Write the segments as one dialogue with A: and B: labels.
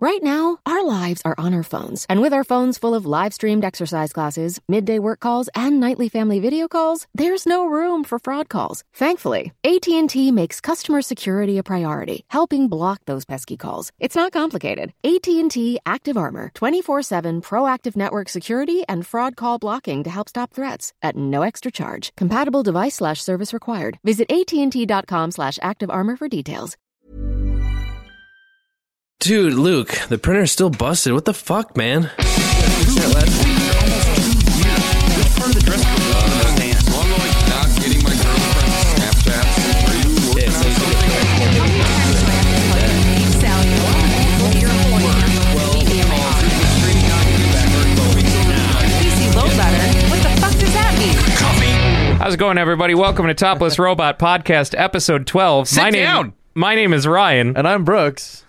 A: Right now, our lives are on our phones, and with our phones full of live streamed exercise classes, midday work calls, and nightly family video calls, there's no room for fraud calls. Thankfully, AT&T makes customer security a priority, helping block those pesky calls. It's not complicated. AT&T Active Armor, 24/7 proactive network security and fraud call blocking to help stop threats at no extra charge. Compatible device slash service required. Visit AT&T.com/activearmor for details.
B: Dude, Luke, the printer's still busted. What the fuck, man?
C: How's it going, everybody? Welcome to Topless Robot Podcast, episode 12.
D: Sit
C: my name,
D: down.
C: My name is Ryan.
B: And I'm Brooks.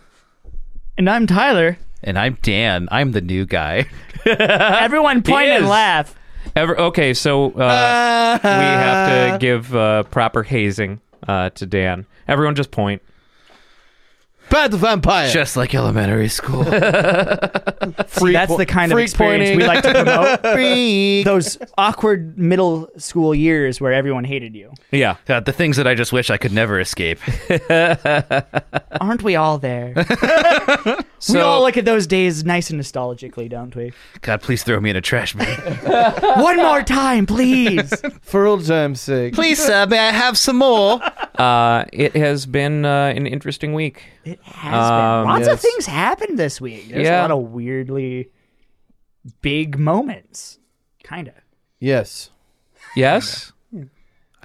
E: And I'm Tyler.
D: And I'm Dan. I'm the new guy.
E: Everyone point and
C: is.
E: laugh.
C: Ever, okay, so uh, we have to give uh, proper hazing uh, to Dan. Everyone just point.
F: Bad the vampire.
D: Just like elementary school.
E: See, that's the kind of
F: freak
E: experience
F: pointing.
E: we like to promote.
F: Freak.
E: Those awkward middle school years where everyone hated you.
C: Yeah.
D: God, the things that I just wish I could never escape.
E: Aren't we all there?
C: So,
E: we all look at those days nice and nostalgically, don't we?
D: God, please throw me in a trash bin.
E: One more time, please.
F: For old time's sake.
D: please, sir, may I have some more?
C: uh, it has been uh, an interesting week.
E: It has
C: Um,
E: been. Lots
F: yes.
E: of things happened this week. There's
C: Yeah.
E: a lot of weirdly big moments. Kind of.
F: Yes.
C: Yes?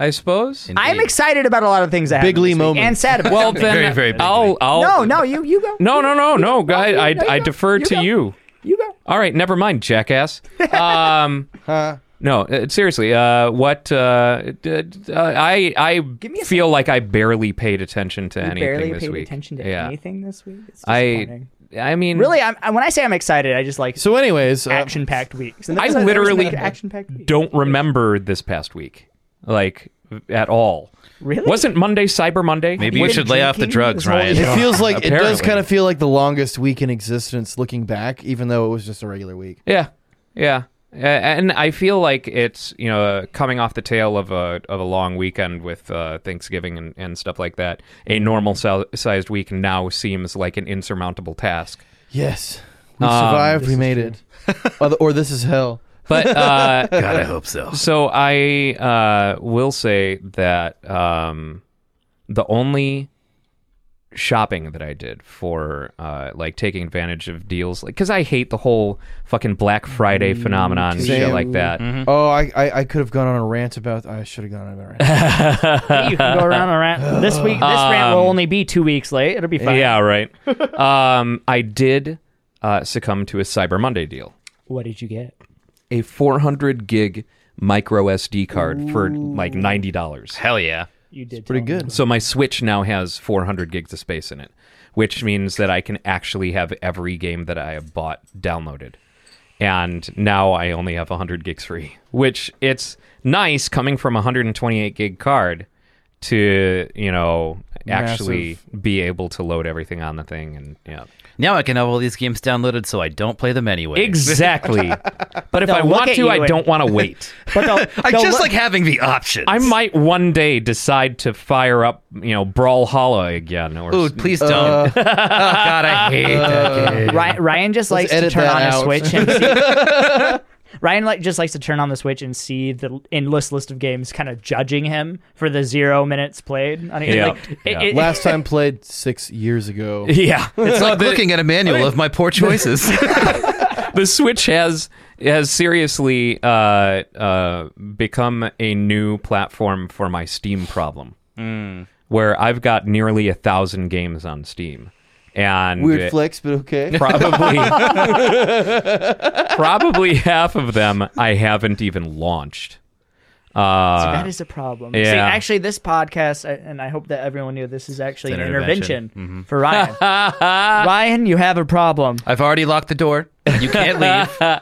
C: I suppose?
E: I'm excited about a lot of things that happened
F: Bigly
E: this week
F: moments.
E: and sad about
C: Well,
E: them.
C: then
D: Very, very big
C: I'll,
D: week.
C: I'll,
E: No, no, you you go.
C: No, no, no, no, guy. I,
E: no, you
C: I
E: go.
C: defer
E: You
C: to
E: go.
C: you.
E: You go.
C: All right, never mind, jackass. Um,
F: Huh.
C: no, uh, seriously. Uh, what? Uh, d- d- uh, I I
E: me a
C: feel like I barely paid attention to
E: You
C: anything
E: barely
C: this
E: paid
C: week.
E: attention to
C: yeah.
E: anything this week. It's
C: I
E: disappointing.
C: I mean,
E: really, I'm, I- when I say I'm excited, I just like
F: So, anyways, uh,
E: action-packed weeks. And
C: I
E: this is- this is
C: literally
E: another action-packed week.
C: don't remember this past week, like at all.
E: Really?
C: Wasn't Monday Cyber Monday?
D: Maybe you
C: Was-
D: should lay off the
E: drinking
D: drugs,
E: this whole
D: Ryan.
F: it feels like it does
C: Apparently.
F: kind of feel like the longest week in existence, looking back, even though it was just a regular week.
C: Yeah, yeah. A- And I feel like it's you know uh, coming off the tail of a of a long weekend with uh, Thanksgiving and, and stuff like that. A normal si- sized week now seems like an insurmountable task.
F: Yes, we
C: Um,
F: survived. We made it. or, the- or this is hell.
C: But uh,
D: God, I hope so.
C: So I uh, will say that um, the only shopping that I did for uh, like taking advantage of deals, like because I hate the whole fucking Black Friday phenomenon and shit
F: Same.
C: like that.
D: Mm-hmm.
F: Oh, I I, I could have gone on a rant about. I should have gone on a rant.
E: you can go around and rant. This week, this rant will only be two weeks late. It'll be fine.
C: Um, Yeah, right. um, I did uh, succumb to a Cyber Monday deal,
E: What did you get?
C: a 400 gig micro SD card for like ninety dollars.
D: Hell yeah.
E: You did
F: Pretty
E: tell me.
F: good.
C: So my Switch now has 400 gigs of space in it, which means that I can actually have every game that I have bought downloaded. And now I only have 100 gigs free, which it's nice coming from a 128 gig card to, you know, actually be able to load everything on the thing and yeah.
D: Now I can have all these games downloaded so I don't play them anyway.
C: Exactly. but if I
E: They'll look
C: want
E: at
C: to,
E: you
C: I
E: and-
C: don't want to wait.
E: But they'll,
D: I
E: they'll
D: just
E: look-
D: like having the options.
C: I might one day decide to fire up, you know, Brawlhalla again or
D: Ooh,
C: s-
D: please don't. oh, God, I hate that game.
E: Ryan, Ryan just likes to
F: edit
E: turn
F: that
E: on
F: out.
E: a switch and see- Ryan like just likes to turn on the switch and see the endless list of games kind of judging him for the zero minutes played. I mean,
C: Yeah.
E: like, it-
C: Yeah.
E: it-
F: Last time played six years ago.
C: yeah.
D: It's like looking at a manual of my poor choices.
C: the Switch has has seriously uh, uh, become a new platform for my Steam problem, where I've got nearly a thousand games on Steam, and
F: Weird flex, but okay.
C: probably probably half of them I haven't even launched. Uh,
E: So that is a problem. See,
C: yeah.
E: actually, this podcast, I- and I hope that everyone knew this is actually
D: It's
E: an
D: an
E: intervention, for Ryan. Ryan, you have a problem.
D: I've already locked the door. You can't leave.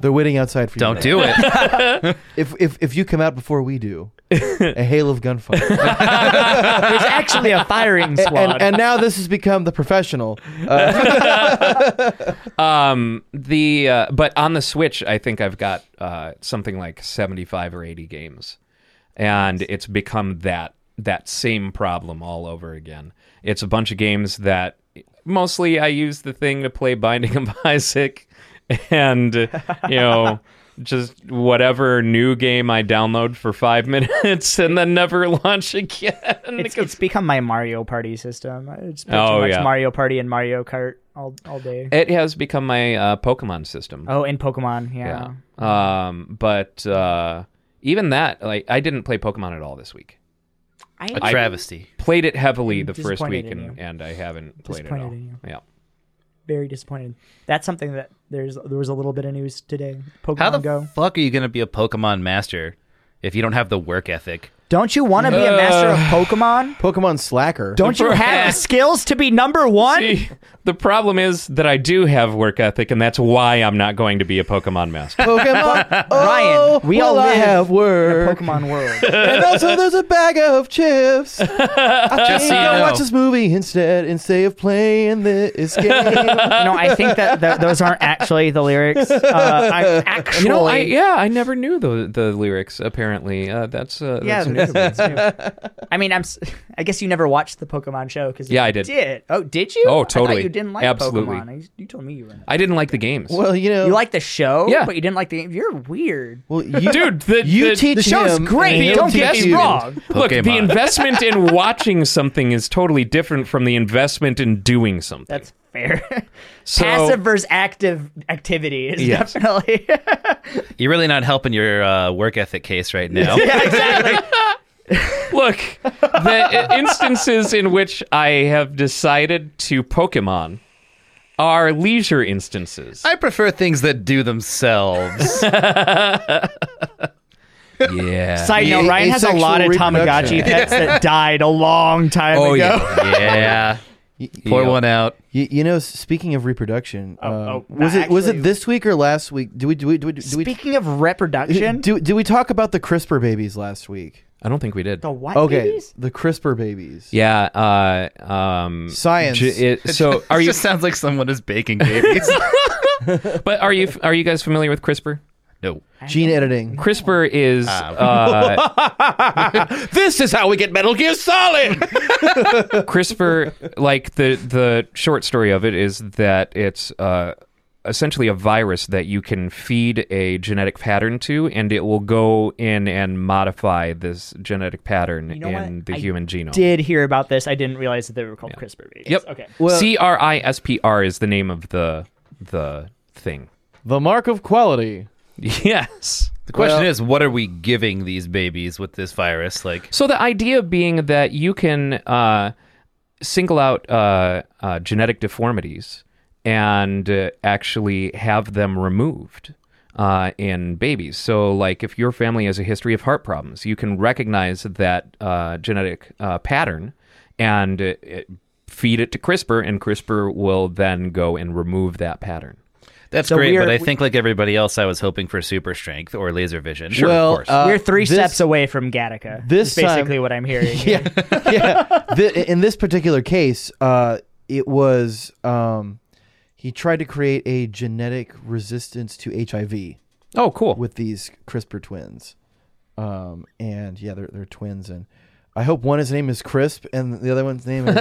F: They're waiting outside for you.
B: Don't
F: now.
B: do it.
F: If, if if you come out before we do, a hail of gunfire.
E: There's actually a firing
F: and,
E: squad.
F: and, and now this has become the professional. Uh,
C: Um, the uh, but on the Switch, I think I've got uh, something like seventy-five or eighty games, and it's become that that same problem all over again. It's a bunch of games that mostly I use the thing to play Binding of Isaac, and you know. Just whatever new game I download for five minutes and then never launch again.
E: it's, it's become my Mario Party system. It's been
C: Oh,
E: too much
C: yeah.
E: Mario Party and Mario Kart all, all day.
C: It has become my uh, Pokemon system.
E: Oh, and Pokemon. Yeah.
C: Yeah. Um, but uh, even that, like, I didn't play Pokemon at all this week.
B: A
C: I-
B: travesty.
C: Played it heavily
E: I'm
C: the first
E: disappointed
C: week,
E: in
C: and,
E: you.
C: and I haven't played it at
E: Disappointed
C: all.
E: in you.
C: Yeah.
E: Very disappointed. That's something that there's there was a little bit of news today. Pokemon
B: How the
E: Go.
B: fuck are you going to be a Pokemon master if you don't have the work ethic?
E: Don't you want to be a master of Pokemon?
F: Pokemon Slacker.
E: Don't you have the skills to be number one?
C: See, the problem is that I do have work ethic, and that's why I'm not going to be a Pokemon master.
F: Pokemon. oh,
E: Ryan, we all
F: well, I
E: live
F: have
E: in a
F: work.
E: Pokemon world.
F: and also, there's a bag of chips. I
D: Uh,
B: Just
F: think
B: so you
F: I'll
B: know.
F: watch this movie instead instead of playing this game.
E: no, I think that th- those aren't actually the lyrics. Uh, I actually,
C: you know, I, yeah, I never knew the the lyrics. Apparently, uh, that's uh,
E: Yeah,
C: that's
E: the
C: new
E: news
C: to me.
E: ones, too. I mean, I'm. s- I guess you never watched the Pokemon show because
C: Yeah, I did.
E: Did oh, did you?
C: Oh,
E: I thought
C: totally.
E: you didn't like
C: Absolutely.
E: Pokemon. I- You told me you were. Not.
C: I didn't like the games.
F: well, you know.
E: You like the show,
C: Yeah.
E: but you didn't like the. You're weird.
F: well, you,
C: Dude, the,
F: You
C: the,
F: teach
E: The show's
F: him,
E: great.
F: and he'll
E: Don't get
F: teach
E: me
F: you.
E: wrong.
C: Look, the
B: Pokemon.
C: investment in watching something is totally different from the investment in doing something.
E: That's fair.
C: So-
E: Passive versus active activity is
C: Yes.
E: definitely.
B: You're really not helping your uh, work ethic case right now.
E: yeah, exactly.
C: Look, the i- instances in which I have decided to Pokemon are leisure instances.
B: I prefer things that do themselves. yeah.
E: Side note:
F: A-
E: Ryan has a lot of
F: asexual
E: Tamagotchi pets that died a long time
C: Oh,
E: ago.
B: yeah. Pour
C: Yeah.
B: one out.
F: You, you know, s- speaking of reproduction, um,
E: oh,
F: was it was
E: actually-
F: it this week or last week? Do we do we do we do we,
E: Speaking of reproduction,
F: do, do we talk about the CRISPR babies last week?
C: I don't think we did.
E: the what?
F: Okay,
E: babies?
F: the CRISPR babies.
C: Yeah, uh, um,
F: Science.
C: j- it- so, Oh, are
B: It
C: you?
B: just sounds like someone is baking babies.
C: But are you? Are you guys familiar with CRISPR?
B: no.
F: Gene editing.
C: CRISPR is. uh,
B: This is how we get Metal Gear Solid.
C: CRISPR, like the the short story of it is that it's uh, essentially a virus that you can feed a genetic pattern to, and it will go in and modify this genetic pattern
E: know
C: in
E: what?
C: the
E: I
C: human genome.
E: did hear about this. I didn't realize that they were called CRISPR babies.
C: Yep.
E: Okay.
F: Well-
C: C R I S P R is the name of the the thing.
F: The mark of quality.
C: Yes.
B: The question
F: Well-
B: is, what are we giving these babies with this virus? Like,
C: So the idea being that you can uh, single out uh, uh, genetic deformities and uh, actually have them removed uh, in babies. So, like, if your family has a history of heart problems, you can recognize that uh, genetic uh, pattern and uh, it, feed it to CRISPR, and CRISPR will then go and remove that pattern.
B: that's
E: So
B: great,
E: we're-
B: but I
E: we-
B: think, like everybody else, I was hoping for super strength or laser vision.
C: Sure.
F: well,
C: of course.
F: uh,
E: We're three
F: this-
E: steps away from Gattaca.
F: this
E: is basically
F: time-
E: what I'm hearing.
F: Yeah, yeah. Thi- in this particular case, uh, it was um, he tried to create a genetic resistance to HIV
C: Oh, cool.
F: with these CRISPR twins. Um, and yeah, they're they're twins, and I hope one his name is Crisp, and the other one's name is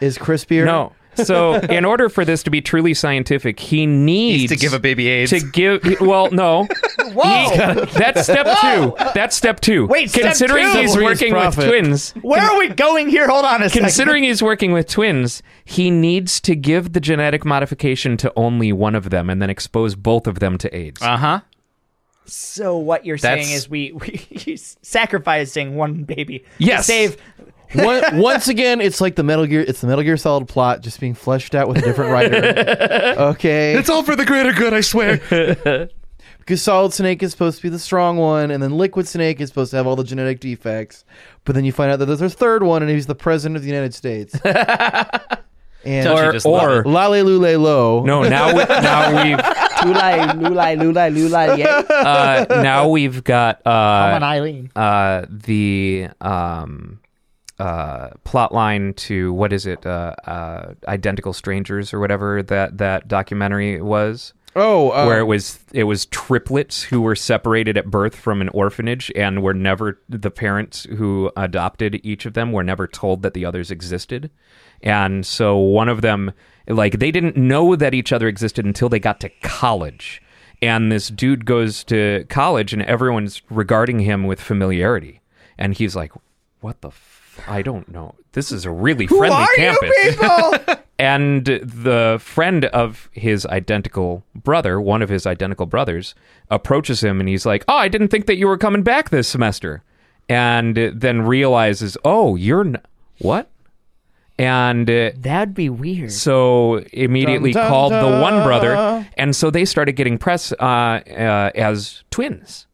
F: is Crispier.
C: no. So, in order for this to be truly scientific, he needs
B: to give a baby AIDS.
C: to give he- well no
E: Whoa!
C: that's step two that's step two
E: Wait, step
C: considering
E: two!
C: he's
F: Serious
C: working with
F: profit.
C: twins
E: Where are we going here? Hold on a second.
C: considering he's working with twins he needs to give the genetic modification to only one of them and then expose both of them to aids
B: uh huh.
E: so what you're
B: That's-
E: saying is we we he's sacrificing one baby.
C: Yes.
E: To save.
F: One- once again, it's like the Metal Gear. It's the Metal Gear Solid plot just being fleshed out with a different writer. Okay,
B: all for the greater good, I swear.
F: because Solid Snake is supposed to be the strong one, and then Liquid Snake is supposed to have all the genetic defects. But then you find out that there's a third one, and he's the president of the United States. And
C: So she
F: or
C: just love
B: or-
C: it.
F: Lalelulelo.
C: no, now we, now we've
E: Lulai, lulai, lulai, lulai, yeah.
C: uh, now we've got
E: I'm
C: uh,
E: an Eileen.
C: uh, the um, uh, plot line to what is it? Uh, uh, Identical Strangers or whatever that that documentary was.
F: Oh, uh,
C: where it was it was triplets who were separated at birth from an orphanage and were never the parents who adopted each of them were never told that the others existed and so one of them like they didn't know that each other existed until they got to college and this dude goes to college and everyone's regarding him with familiarity and he's like what the f- I don't know. This is a really friendly campus and the friend of his identical brother, one of his identical brothers, approaches him and he's like, "Oh, I didn't think that you were coming back this semester," and then realizes, "Oh, you're n- what?" And uh,
E: That'd be weird.
C: so immediately
F: Dun, dun,
C: called the one
F: dun.
C: brother, and so they started getting press uh, uh, as twins,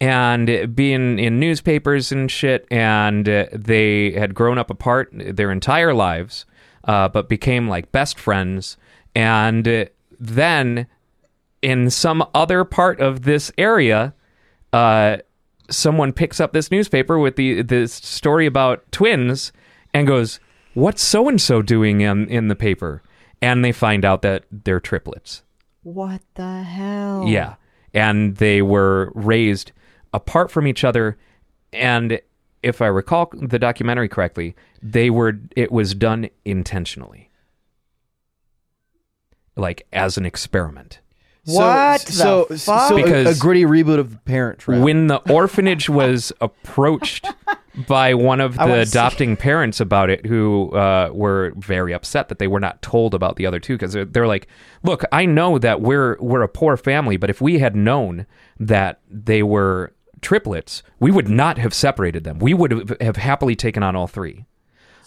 C: and uh, being in newspapers and shit. And uh, they had grown up apart their entire lives, uh, but became like best friends. And uh, then, in some other part of this area, uh, someone picks up this newspaper with the this story about twins and goes, "What's so and so doing in in the paper?" And they find out that they're triplets.
G: What the hell?
C: Yeah, and they were raised apart from each other, and if I recall the documentary correctly, they were it was done intentionally, like as an experiment.
F: So,
G: What
F: So,
G: the
F: so,
G: fuck?
F: a- a,
C: Because-
F: gritty reboot of the Parent Trap.
C: When the orphanage was approached by one of
E: I
C: the
E: wanna see-
C: adopting parents about it, who uh, were very upset that they were not told about the other two, because they're, they're like, "Look, I know that we're we're a poor family, but if we had known that they were triplets, we would not have separated them. We would have- have happily taken on all three.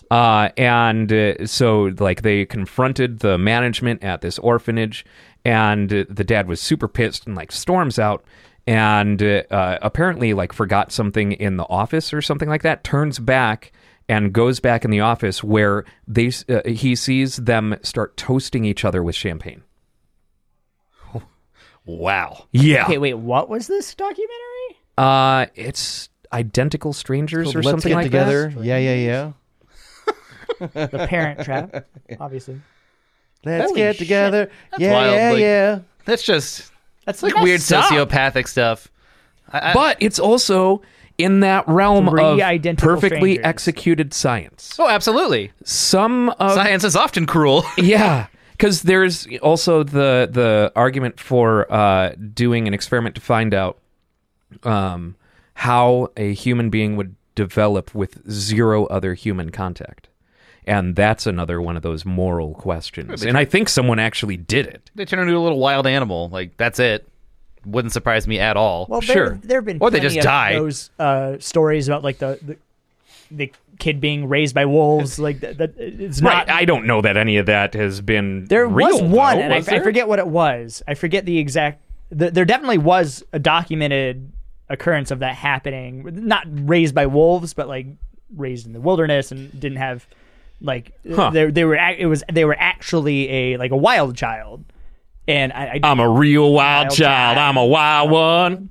C: Uh, and uh, so, like, they confronted the management at this orphanage, and uh, the dad was super pissed and, like, storms out. And uh, uh, apparently, like, forgot something in the office or something like that. Turns back and goes back in the office where they s- uh, he sees them start toasting each other with champagne.
D: Wow.
C: Yeah,
E: Okay, wait, what was this documentary?
C: uh, it's identical strangers or
F: Let's
C: something
F: get
C: like
F: together.
C: that.
F: Yeah, yeah, yeah.
E: The Parent Trap, obviously.
F: Let's
D: Holy
F: get
D: shit.
F: together. yeah,
D: wild,
F: yeah,
D: like-
F: yeah.
D: That's just
E: That's
D: like weird
E: messed up.
D: sociopathic stuff. I, I,
C: But it's also in that realm
E: Three
C: of
E: identical
C: perfectly
E: strangers.
C: executed science.
D: oh, absolutely.
C: Some of
D: Science is often cruel.
C: yeah, because there's also the the argument for uh, doing an experiment to find out um, how a human being would develop with zero other human contact, and that's another one of those moral questions. And I think someone actually did it.
D: they turn into a little wild animal. Like that's it. Wouldn't surprise me at all.
E: Well,
C: Sure.
E: there, there have been
D: Or they
E: plenty
D: just
E: of
D: die.
E: Those uh, stories about like the, the the kid being raised by wolves, like that. that it's not.
C: Right, I don't know that any of that has been
E: there
C: real,
E: was one,
C: though,
E: and I,
C: was
E: I
C: there?
E: forget what it was. I forget the exact. Th- there definitely was a documented occurrence of that happening. Not raised by wolves, but like raised in the wilderness and didn't have like
C: Huh.
E: they they were ac- it was they were actually a like a wild child. And I, I
C: I'm a real wild
E: Wild
C: child.
E: child.
C: I'm a wild one.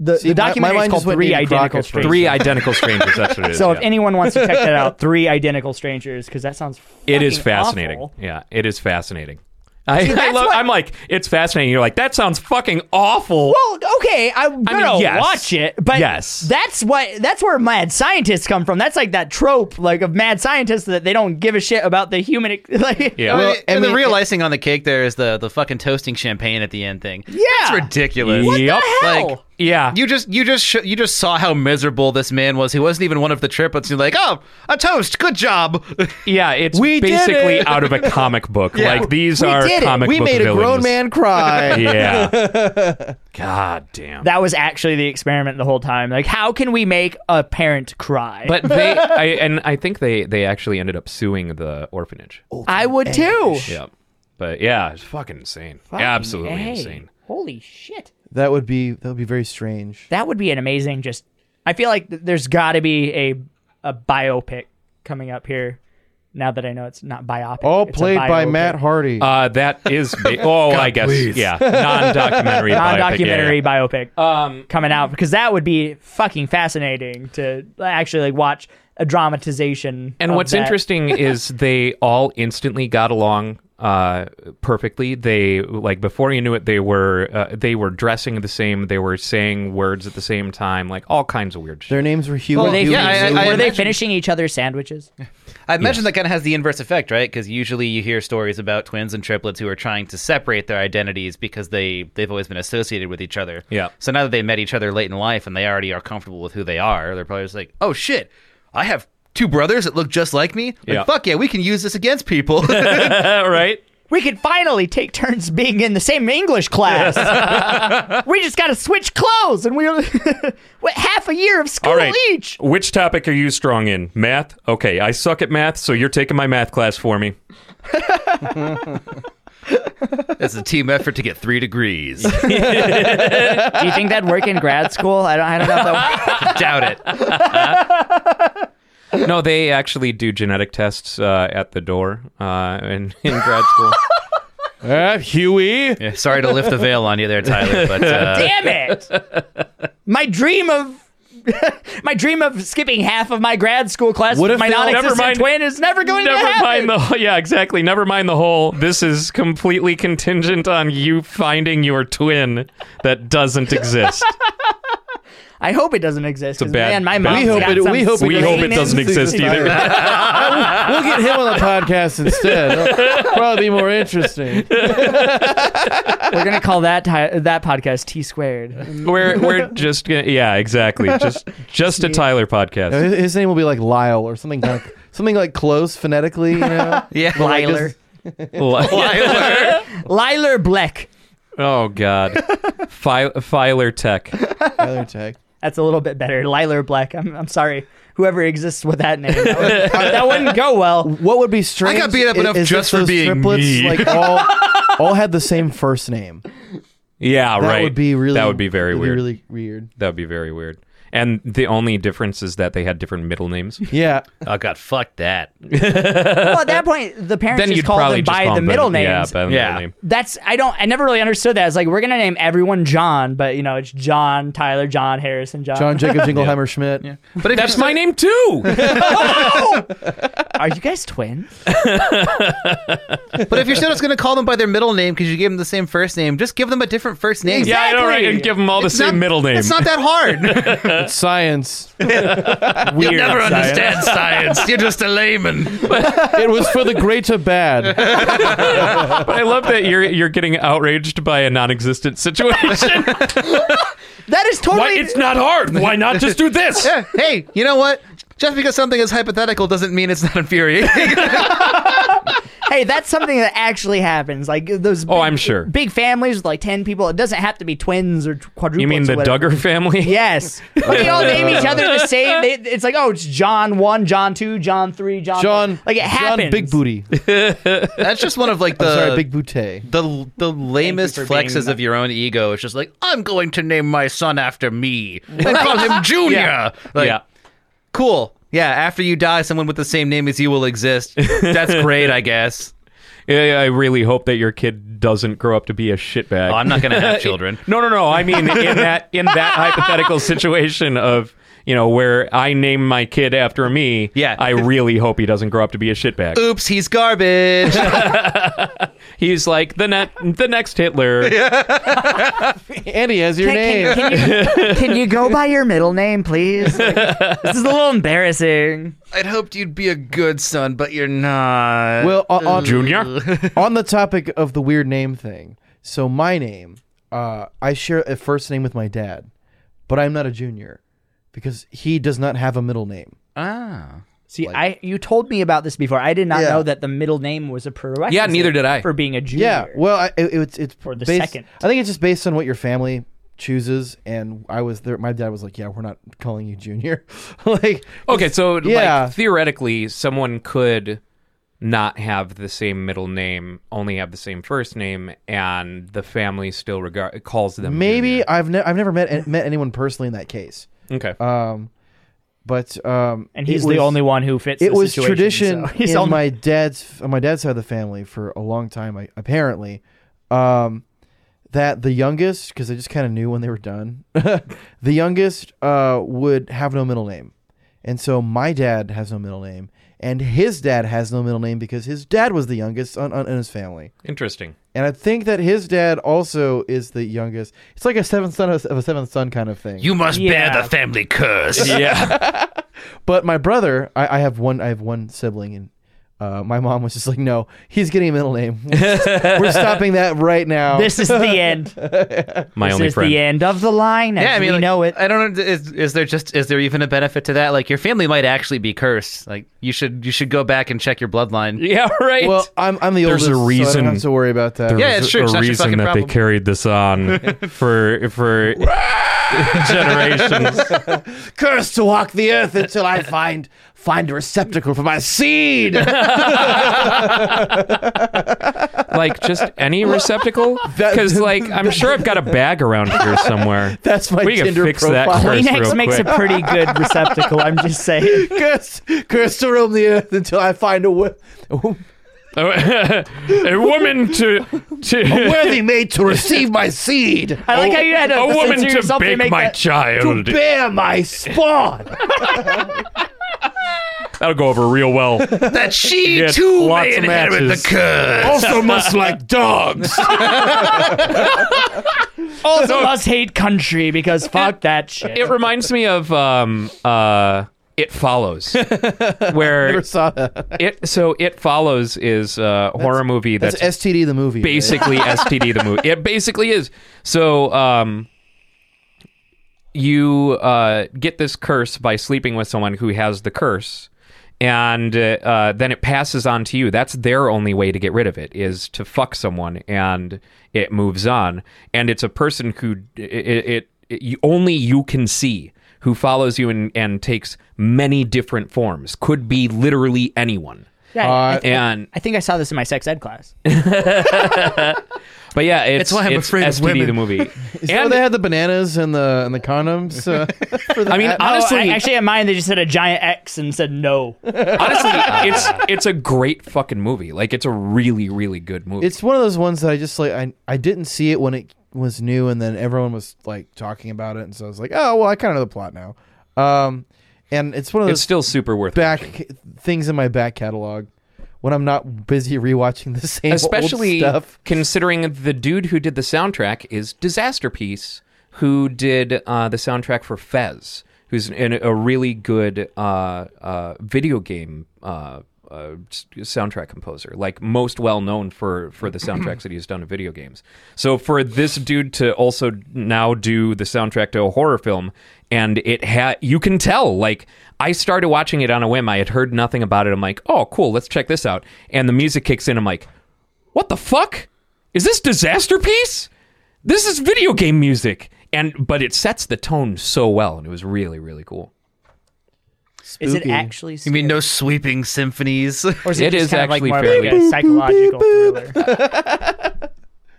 E: the,
F: See,
E: the
F: my- my
E: documentary
F: mind
E: is
F: just
E: called
F: went
E: Three
F: Davy
E: Identical
F: Crockett for a
E: Strangers.
C: Three identical strangers. That's what it is.
E: So
C: yeah.
E: if anyone wants to check that out, three identical strangers, because that sounds
C: it is
E: fucking
C: fascinating.
E: awful.
C: Yeah, it is fascinating. I, I
E: that's
C: love,
E: what-
C: I'm like, it's fascinating. You're like, that sounds fucking awful.
E: Well, Oh, okay, I'm gonna
C: yes.
E: watch it, but
C: Yes.
E: that's what that's where mad scientists come from. That's like that trope, like of mad scientists that they don't give a shit about the human. Like,
C: yeah.
D: Well,
F: Well,
D: and
F: I mean,
D: the real icing on the cake there is the the fucking toasting champagne at the end thing. Yeah, that's ridiculous.
C: What the Yep.
E: hell?
D: Like,
C: yeah.
D: you just you just sh- you just saw how miserable this man was. He wasn't even one of the triplets. You're like, oh, a toast. Good job.
C: yeah, it's
F: We did
C: basically
F: it!
C: out of a comic book.
D: Yeah.
C: Like, these
F: We
C: are
F: did it.
C: comic
F: We
C: book
F: made a
C: villains.
F: grown man cry.
C: Yeah. God damn.
E: that was actually the experiment the whole time. Like, how can we make a parent cry?
C: but they, I, and I think they, they actually ended up suing the orphanage.
E: I would too.
C: Yeah. But yeah, it's fucking insane. Absolutely
E: Hey,
C: insane.
E: Holy shit.
F: That would be that would be very strange.
E: that would be an amazing just i feel like th- there's got to be a a biopic coming up here Now that I know it's not biopic.
F: All
E: it's a
F: played by
E: biopic.
F: Matt Hardy.
C: Uh, that is. Ba- oh, I guess. Yeah. Non documentary.
E: non-documentary biopic
C: Um,
E: coming out because that would be fucking fascinating to actually like watch a dramatization.
C: And
E: of
C: what's
E: that.
C: interesting is they all instantly got along uh, perfectly. They like before you knew it, they were uh, they were dressing the same. They were saying words at the same time, like all kinds of weird shit.
F: Their names were Hugh.
E: Were
F: and
E: they,
F: Dewey.
D: yeah, I-
E: were
D: I
E: they
D: imagine-
E: finishing each other's sandwiches?
D: I imagine that kind of has the inverse effect, right? Because usually you hear stories about twins and triplets who are trying to separate their identities because they they've always been associated with each other.
C: Yeah.
D: So now that they met each other late in life and they already are comfortable with who they are, they're probably just like, "Oh shit, I have two brothers that look just like me. Like,
C: Yeah.
D: Fuck yeah, we can use this against people."
C: right?
E: We could finally take turns being in the same English class. we just got to switch clothes, and we're what, half a year of school
C: All right.
E: each.
C: Which topic are you strong in? Math. Okay, I suck at math, so you're taking my math class for me.
D: it's a team effort to get three degrees.
E: Do you think that'd work in grad school? I don't. I don't know. If that,
D: Doubt it.
C: no, they actually do genetic tests uh, at the door uh, in, in grad school. Uh,
F: Ah, Huey.
D: Yeah, sorry to lift the veil on you there, Tyler, but uh,
E: damn it! My dream of. my dream of skipping half of my grad school class
F: What
E: with
F: if
E: my
F: they all-
E: non-existent
C: Never mind.
E: twin is never going to
C: Never
E: happen.
C: mind the whole, yeah, exactly. Never mind the whole. This is completely contingent on you finding your twin that doesn't exist.
E: I hope it doesn't exist.
C: It's a
E: 'cause,
C: bad-
E: man, my
C: bad-
E: mom's
F: We hope
E: got
F: it-
E: some
F: we hope it
E: great
C: we hope it
E: names.
C: doesn't exist either.
F: we'll get him on the podcast instead. It'll probably be more interesting.
E: We're gonna call that ti- that podcast T squared.
C: we're we're just gonna, yeah, exactly. Just just a Tyler
F: No,
C: podcast.
F: his, his name will be like Lyle or something like something like close phonetically. You know,
D: yeah,
F: But like
E: Lyler.
F: just-
D: Lyler.
E: Liler Bleck.
C: oh God, Fi- Filer Tech.
F: Tyler Tech.
E: That's a little bit better. Liler Bleck. I'm, I'm sorry. Whoever exists with that name, that, would, that wouldn't go well.
F: What would be strange?
D: I got beat up
F: i-
D: enough
F: is
D: just
F: if
D: for
F: those
D: being
F: triplets,
D: me.
F: Like all, all had the same first name.
C: Yeah,
F: That
C: right.
F: would be really.
C: That would be very
F: that'd
C: weird.
F: Really weird.
C: That would be very weird. And the only difference is that they had different middle names.
F: Yeah.
D: Oh god, fuck that.
E: Well, at that point, the parents
C: then
E: just
C: you'd
E: call
C: probably
E: them
C: just
E: by
C: call
E: the
C: them
E: middle
C: the- Yeah,
E: names.
C: by the
D: Yeah.
C: middle name.
E: That's I don't I never really understood that. It's like we're gonna name everyone John, but you know it's John, Tyler, John, Harrison, John.
F: John Jacob Jingleheimer Schmidt.
D: But if
C: That's my name too.
E: Are you guys twins?
D: But if you're still just going to call them by their middle name because you gave them the same first name, just give them a different first name.
C: Yeah, I know, right? And give them all the
D: It's
C: same
D: not-
C: middle name.
D: It's not that hard.
F: It's science.
D: You'll never understand science. You're just a layman.
F: it was for the greater bad.
C: But I love that you're you're getting outraged by a non-existent situation.
E: That is totally.
C: not hard. Why not just do this?
D: Yeah, hey, you know what? Just because something is hypothetical doesn't mean it's not infuriating.
E: hey, that's something that actually happens. Like those.
C: Oh,
E: big-
C: I'm sure.
E: Big families with like ten people. It doesn't have to be twins or quadruplets.
C: You mean
E: or
C: the
E: whatever.
C: Duggar family?
E: Yes, But they all name each other the same. They, it's like, oh, it's John one, John two, John three, John.
F: John.
E: like it
F: John
E: happens.
F: Big Booty.
D: That's just one of like the
F: Sorry, Big Booty.
D: the the lamest
E: Thank you for being
D: flexes
E: my-
D: of your own ego. It's just like I'm going to name my son after me and call him Junior. Like,
C: yeah.
D: cool. Yeah, after you die, someone with the same name as you will exist. That's great, I guess.
C: I I really hope that your kid doesn't grow up to be a shitbag.
D: Oh, I'm not going to have children.
C: No, no, no. I mean in that in that hypothetical situation of you know where I name my kid after me.
D: Yeah.
C: I really hope he doesn't grow up to be a shitbag.
D: Oops, he's garbage.
C: He's like the net the next Hitler.
F: And he has your name.
E: Can, can, can you, can you go by your middle name, please? Like, this is a little embarrassing.
D: I'd hoped you'd be a good son, but you're not.
F: well, on, on-
C: Junior.
F: on the topic of the weird name thing, so my name, uh, I share a first name with my dad, but I'm not a junior because he does not have a middle name.
D: ah.
E: See, I you told me about this before. I did not
F: Yeah.
E: know that the middle name was a prerequisite.
C: Yeah, neither did I.
E: For being a junior.
F: Yeah, well, I, it, it's it's
E: Or the
F: based-
E: second.
F: I think it's just based on what your family chooses, and I was there. My dad was like, "Yeah, we're not calling you junior." like,
C: Okay, so
F: Yeah.
C: like theoretically, someone could not have the same middle name, only have the same first name, and the family still regard calls them
F: maybe
C: junior.
F: uh, I've ne- I've never met met anyone personally in that case.
C: Okay,
F: Um, But um,
E: and
F: it
E: he's
F: was-
E: the only one who fits.
F: It
E: the
F: was
E: situation,
F: tradition
E: so he's
F: in
E: only-
F: my dad's on my dad's side of the family for a long time. I, apparently, um, that the youngest, because I just kind of knew when they were done, the youngest uh, would have no middle name, and so my dad has no middle name, and his dad has no middle name because his dad was the youngest on, on in his family.
C: Interesting.
F: And I think that his dad also is the youngest. It's like a seventh son of of a seventh son kind of thing.
D: You must
E: Yeah.
D: bear the family curse.
C: Yeah.
F: But my brother, I, I have one. I have one sibling, and uh, my mom was just like, "No, he's getting a middle name. We're stopping that right now."
E: This is the end.
C: My
E: this
C: only
E: is
C: friend.
E: the end of the line. As
D: Yeah, I mean,
E: we
D: like,
E: know it.
D: I don't know. Is, is there just is there even a benefit to that? Like your family might actually be cursed. Like you should you should go back and check your bloodline.
C: Yeah, right.
F: well, I'm I'm the
C: There's
F: oldest,
C: a
F: so I
C: reason-
F: don't have to worry about that.
D: Yeah,
C: There's
D: it's true. It's
C: a
D: not your
C: reason
D: fucking
C: that
D: problem.
C: they carried this on for for generations.
F: Cursed to walk the earth until I find find a receptacle for my seed.
C: like just any receptacle
F: That-
C: because like i'm sure i've got a bag around here somewhere
F: That's my
C: we can
F: Tinder
C: fix that
F: profile.
C: curse
E: Kleenex
C: real
E: makes
C: quick.
E: a pretty good receptacle. I'm just saying.
F: cursed, cursed to roam the earth until I find a, wo- a
C: a woman to to
F: worthy mate to receive my seed.
E: I like how you had to
C: a woman
E: censor
C: to
E: yourself
C: bake
E: make
C: my
E: that-
F: To
C: child
F: bear my spawn.
C: that'll go over real well
D: That she
C: Get
D: too
C: lots
D: may
C: of
D: inherit
C: matches.
D: the curse.
F: also, must like dogs.
E: also must hate country because fuck that shit.
C: it reminds me of um uh it follows where
F: Saw that.
C: it so it follows is a horror movie
F: That's
C: that's,
F: STD the movie. right?
C: basically STD the movie. It basically is. So um you uh get this curse by sleeping with someone who has the curse and uh, uh, then it passes on to you. That's their only way to get rid of it is to fuck someone and it moves on and it's a person who it, it, it you, only you can see who follows you and, and takes many different forms could be literally anyone
E: Yeah,
F: Uh,
E: I, I-
C: and
E: I think I saw this in my sex ed class.
C: But yeah, it's,
D: That's why I'm
C: it's
D: afraid of
C: STD
D: women.
C: the movie.
F: Is that where
C: and
F: they had the bananas and the and the condoms? Uh, for
C: I mean,
F: that?
C: honestly,
E: oh, I- actually, at mine they just said a giant X and said no.
C: honestly, it's it's a great fucking movie. Like it's a really really good movie.
F: it's one of those ones that I just like. I I didn't see it when it was new, and then everyone was like talking about it, and so I was like, oh well, I kind of know the plot now. Um, and it's one of those
C: it's still super worth
F: back
C: watching.
F: things in my back catalog when I'm not busy rewatching the same
C: especially
F: old stuff.
C: considering the dude who did the soundtrack is Disaster Piece, who did uh, the soundtrack for Fez, who's in a really good uh, uh, video game uh, uh, s- soundtrack composer, like most well known for for the soundtracks that he's done to video games. So for this dude to also now do the soundtrack to a horror film, and it had you can tell like. I started watching it on a whim. I had heard nothing about it. I'm like, oh, cool, let's check this out. And the music kicks in. I'm like, what the fuck is this disaster piece this is video game music and but it sets the tone so well and it was really really cool
E: Is it
F: Spooky.
E: actually?
D: You mean no sweeping symphonies?
E: Or is
C: It
E: it, just
C: is
E: kind of like
C: actually
E: more
C: fairly-
E: of like a psychological thriller?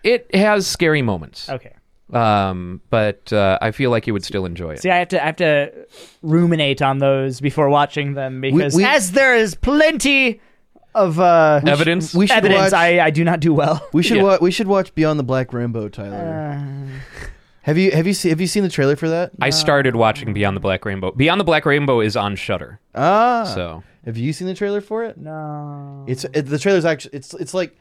C: it has scary moments
E: Okay.
C: um but uh, i feel like you would still enjoy it
E: See, I have to I have to ruminate on those before watching them because
F: we-
E: as there is plenty of uh,
C: evidence
F: we should
E: evidence,
F: watch.
E: I, I do not do well.
F: we should
C: yeah.
F: wa- we should watch Beyond the Black Rainbow, Tyler.
E: Uh.
F: have you have you seen have you seen the trailer for that?
C: i started watching beyond the black rainbow beyond the black rainbow is on shutter
F: Ah,
E: Oh.
C: so
F: have you seen the trailer for it?
E: No.
F: It's it, the trailer's actually it's it's like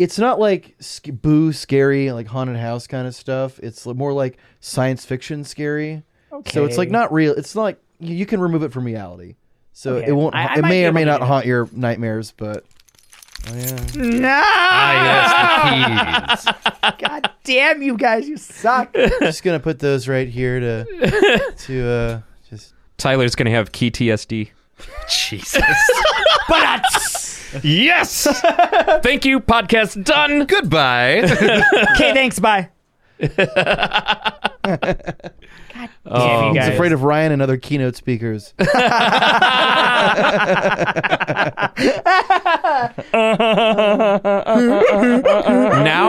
F: it's not like sc- boo scary like haunted house kind of stuff. It's li- more like science fiction scary. So it's like
E: Okay.
F: not real. It's not like you, you can remove it from reality. So
E: Okay.
F: it won't.
E: I- I
F: it
E: might
F: may
E: be
F: or may
E: able to
F: not
E: do
F: haunt your nightmares, but
C: Ah.
D: Ah, yes, the keys.
E: God damn you guys, you suck.
F: I'm just gonna put those right here to to uh just
C: tyler's gonna have key tsd
D: Jesus.
C: yes thank you podcast done
D: Goodbye.
E: Okay, thanks. Bye. God damn
C: Oh.
E: you
C: He's
E: guys.
F: He's afraid of Ryan and other keynote speakers.
C: now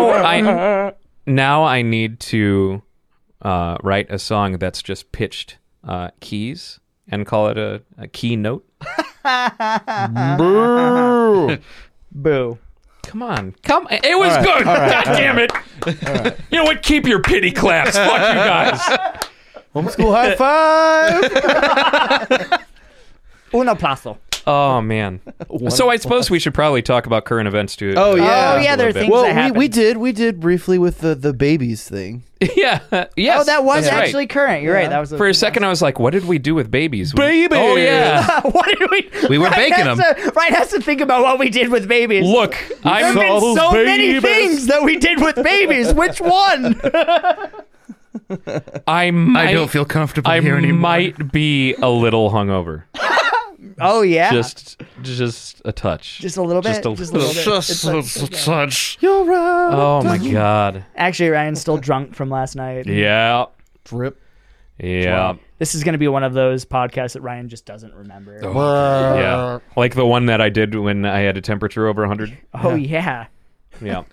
C: I now I need to uh, write a song that's just pitched uh, keys and call it a, a keynote?
E: Boo.
C: Come on, come! It was good. God damn it! You know what? Keep your pity claps. Fuck you guys.
F: Homeschool high five.
E: Un aplauso.
C: Oh man. so I suppose we should probably talk about current events too.
F: Oh yeah.
E: oh yeah, there are things that
F: Well,
E: happen.
F: we, we did we did briefly with the the babies thing.
C: yeah. Yes.
E: Oh, that was
C: that's right.
E: actually current. You're right. That was
C: For a second, I was like, "What did we do with babies? We-
F: Babies!
C: Oh yeah.
E: what did we?
B: We were
E: Ryan
B: baking
E: has
B: them.
E: To, Ryan has to think about what we did with babies.
C: Look,
E: There've
C: I'm
E: been so many
F: babies.
E: things that we did with babies. Which one?
C: I might,
B: I don't feel comfortable
C: I
B: here anymore.
C: might be a little hungover.
E: oh yeah,
C: Just, just a touch.
E: Just a little bit.
C: Just a
E: Just a
C: little.
E: little bit. It's like-
F: You're right.
C: Oh my god.
E: Actually, Ryan's still drunk from last night.
C: Yeah.
F: Rip.
C: Yeah.
E: This is going to be one of those podcasts that Ryan just doesn't remember. Oh,
F: Uh,
C: Yeah. Like the one that I did when I had a temperature over 100.
E: Oh, yeah.
C: Yeah.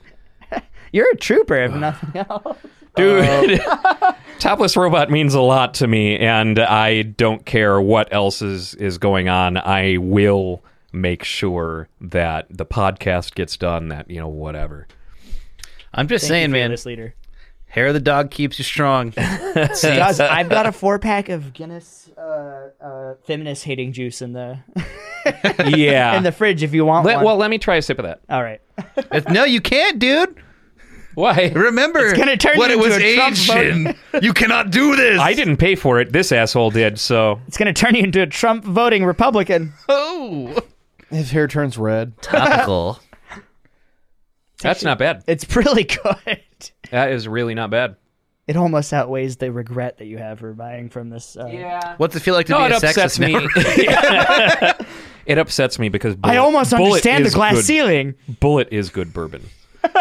E: You're a trooper, if nothing else.
C: Dude,
E: Oh.
C: topless robot means a lot to me, and I don't care what else is, is going on. I will make sure that the podcast gets done. That you know, whatever.
D: I'm just saying, man.
E: This leader.
D: Hair of the dog keeps you strong.
E: Guys, I've got a four pack of Guinness uh, uh, feminist hating juice in the
C: Yeah.
E: in the fridge if you want
C: Let-
E: one.
C: Ah. well, let me try a sip of that.
E: All right.
D: It's- no, you can't, dude.
C: Why?
D: Remember,
E: It's gonna turn
D: what
E: you
D: it
E: into
D: was
E: a Trump
D: aged
E: voter.
D: in. You cannot do this.
C: I didn't pay for it. This asshole did. So
E: It's going to turn you into a Trump voting Republican.
D: Oh,
F: His hair turns red.
D: topical.
C: that's not bad.
E: It's really good.
C: That is really not bad.
E: It almost outweighs the regret that you have for buying from this. Uh, yeah.
D: What's it feel like to
C: No,
D: be
C: it
D: a
C: upsets
D: sexist
C: me.
D: now?
C: it upsets me because bullet,
E: I almost
C: Bullet
E: understand the
C: is
E: glass
C: good-
E: ceiling.
C: Bullet is good bourbon.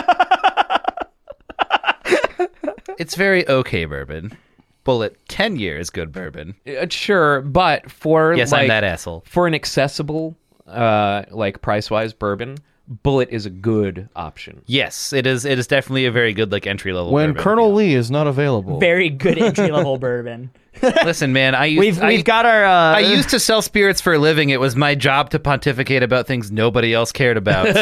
D: It's very okay bourbon. Bullet ten years good bourbon.
C: Uh, sure, but for
D: Yes,
C: like,
D: I'm that asshole.
C: for an accessible, uh, like price wise bourbon, Bullet is a good option.
D: Yes, it is. It is definitely a very good like entry level.
F: When
D: bourbon.
F: Colonel Lee is not available.
E: Very good entry level bourbon.
D: listen, man, I used,
E: We've
D: I,
E: we've got our. Uh,
D: I used to sell spirits for a living. It was my job to pontificate about things nobody else cared about.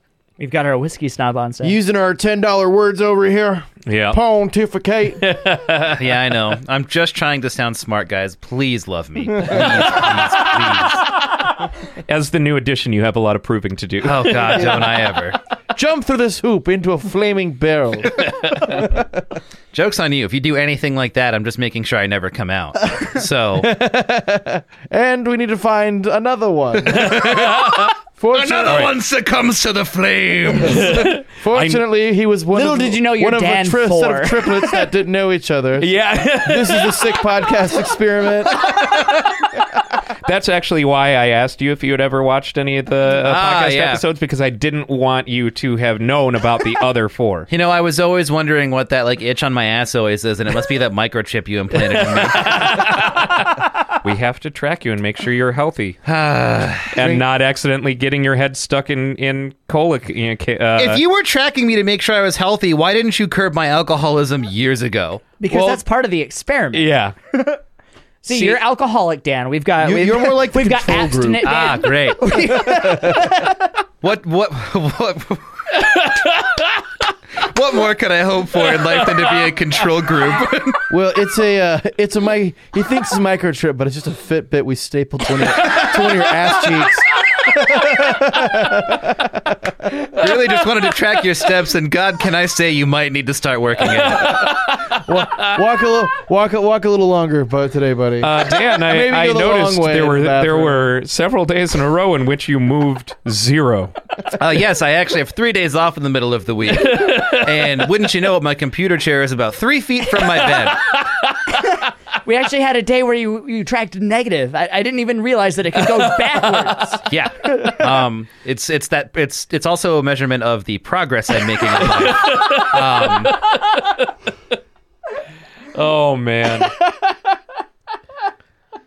D: So.
E: We've got our whiskey snob on set.
F: Using our ten dollar words over here.
C: Yeah.
F: Pontificate.
D: yeah, I know. I'm just trying to sound smart, guys. Please love me. Please, please, please.
C: As the new addition, you have a lot of proving to do.
D: Oh God, don't I ever.
F: Jump through this hoop into a flaming barrel.
D: Joke's on you. If you do anything like that, I'm just making sure I never come out. So
F: and we need to find another one. Fortunately,
D: succumbs to the flames.
F: fortunately he was one.
E: Little
F: of,
E: did you know your
F: one of a
E: Dan
F: tri- set
E: Four.
F: of triplets that didn't know each other.
C: Yeah,
F: This is a sick podcast experiment.
C: that's actually why I asked you if you had ever watched any of the uh,
D: Ah,
C: podcast
D: yeah.
C: episodes because I didn't want you to have known about the other four.
D: You know, I was always wondering what that like itch on my ass always is, and it must be that microchip you implanted in me.
C: We have to track you and make sure you're healthy
F: Ah,
C: and not accidentally getting your head stuck in in cola. You know, ca- uh,
D: if you were tracking me to make sure I was healthy, why didn't you curb my alcoholism years ago?
E: because that's part of the experiment.
C: yeah,
E: see, you're alcoholic, Dan. We've got.
F: You-
E: we've,
F: you're more like the
E: we've got
F: control group.
E: abstinent.
D: Ah, great. what what what What more could I hope for in life than to be a control group?
F: Well, it's a uh, it's a mi- he thinks it's a microchip, but it's just a Fitbit we stapled to one of your, to one of your ass cheeks.
D: really just wanted to track your steps, and God, can I say you might need to start working it.
F: Wa- Walk a little walk a, walk a little longer, but today, buddy.
C: Uh, Dan, I,
F: Maybe
C: I
F: go the long
C: noticed
F: way
C: there
F: in
C: were
F: the
C: there
F: bathroom.
C: were several days in a row in which you moved zero.
D: Uh, yes, I actually have three days off in the middle of the week. and wouldn't you know it, my computer chair is about three feet from my bed.
E: We actually had a day where you you tracked negative. I, I didn't even realize that it could go backwards.
D: Yeah. Um, it's it's that it's it's also a measurement of the progress I'm making in life. Um,
C: Oh man.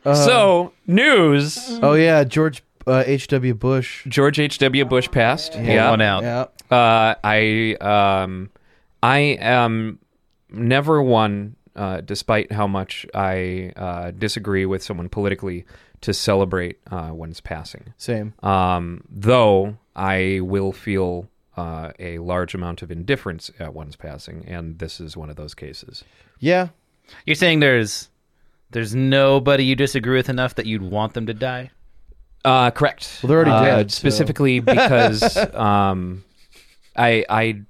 F: Uh,
C: so news:
F: oh yeah, George uh, H. W. Bush.
C: George H. W. Bush passed.
D: Pull one out.
F: Yeah.
C: Uh, I um, I am never one uh, despite how much I uh, disagree with someone politically, to celebrate uh, one's passing.
F: Same.
C: Um, though I will feel uh, a large amount of indifference at one's passing, and this is one of those cases.
F: Yeah.
D: You're saying there's there's nobody you disagree with enough that you'd want them to die?
C: Uh, correct.
F: Well, they're already
C: Uh,
F: dead, so-
C: Specifically because um, I I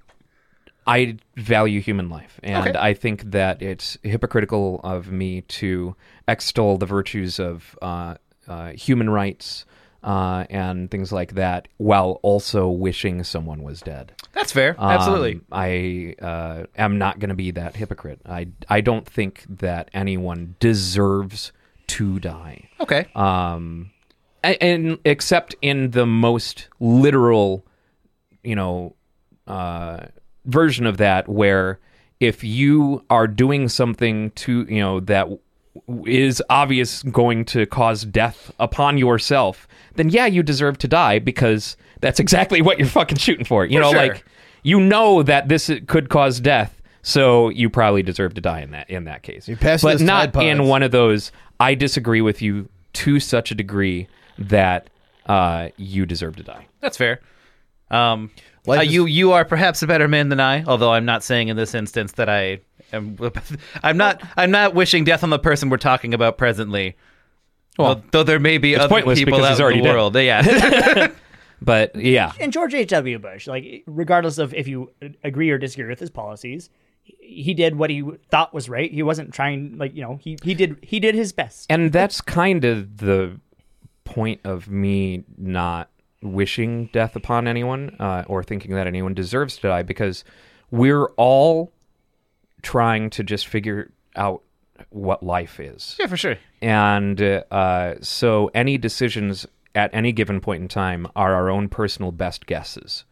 C: I value human life, and I think that it's hypocritical of me to extol the virtues of uh, uh, human rights uh, and things like that, while also wishing someone was dead.
D: That's fair.
C: Um,
D: Absolutely.
C: I uh, am not going to be that hypocrite. I I don't think that anyone deserves to die
D: Okay.
C: um a- and except in the most literal you know uh version of that where if you are doing something to you know that w- is obvious going to cause death upon yourself then yeah you deserve to die because that's exactly what you're fucking shooting for you know
D: sure.
C: like you know that this could cause death so you probably deserve to die in that in that case
F: You're passing
C: but
F: those Tide
C: not
F: Pods.
C: in one of those i disagree with you to such a degree that uh, you deserve to die
D: That's fair. Um,
F: Life
D: uh,
F: is-
D: you you are perhaps a better man than I, although I'm not saying in this instance that I am. I'm not. I'm not wishing death on the person we're talking about presently. Well, though there may be other
C: pointless
D: people
C: because
D: out
C: he's
D: in
C: already
D: the
C: dead.
D: world. Yeah.
C: but yeah
E: and George H.W. Bush, like regardless of if you agree or disagree with his policies, he he did what he w- thought was right. He wasn't trying like, you know, he he did he did his best.
C: and that's kind of the point of me not wishing death upon anyone uh, or thinking that anyone deserves to die because we're all trying to just figure out what life is
D: yeah, for sure.
C: And uh, so any decisions at any given point in time are our own personal best guesses.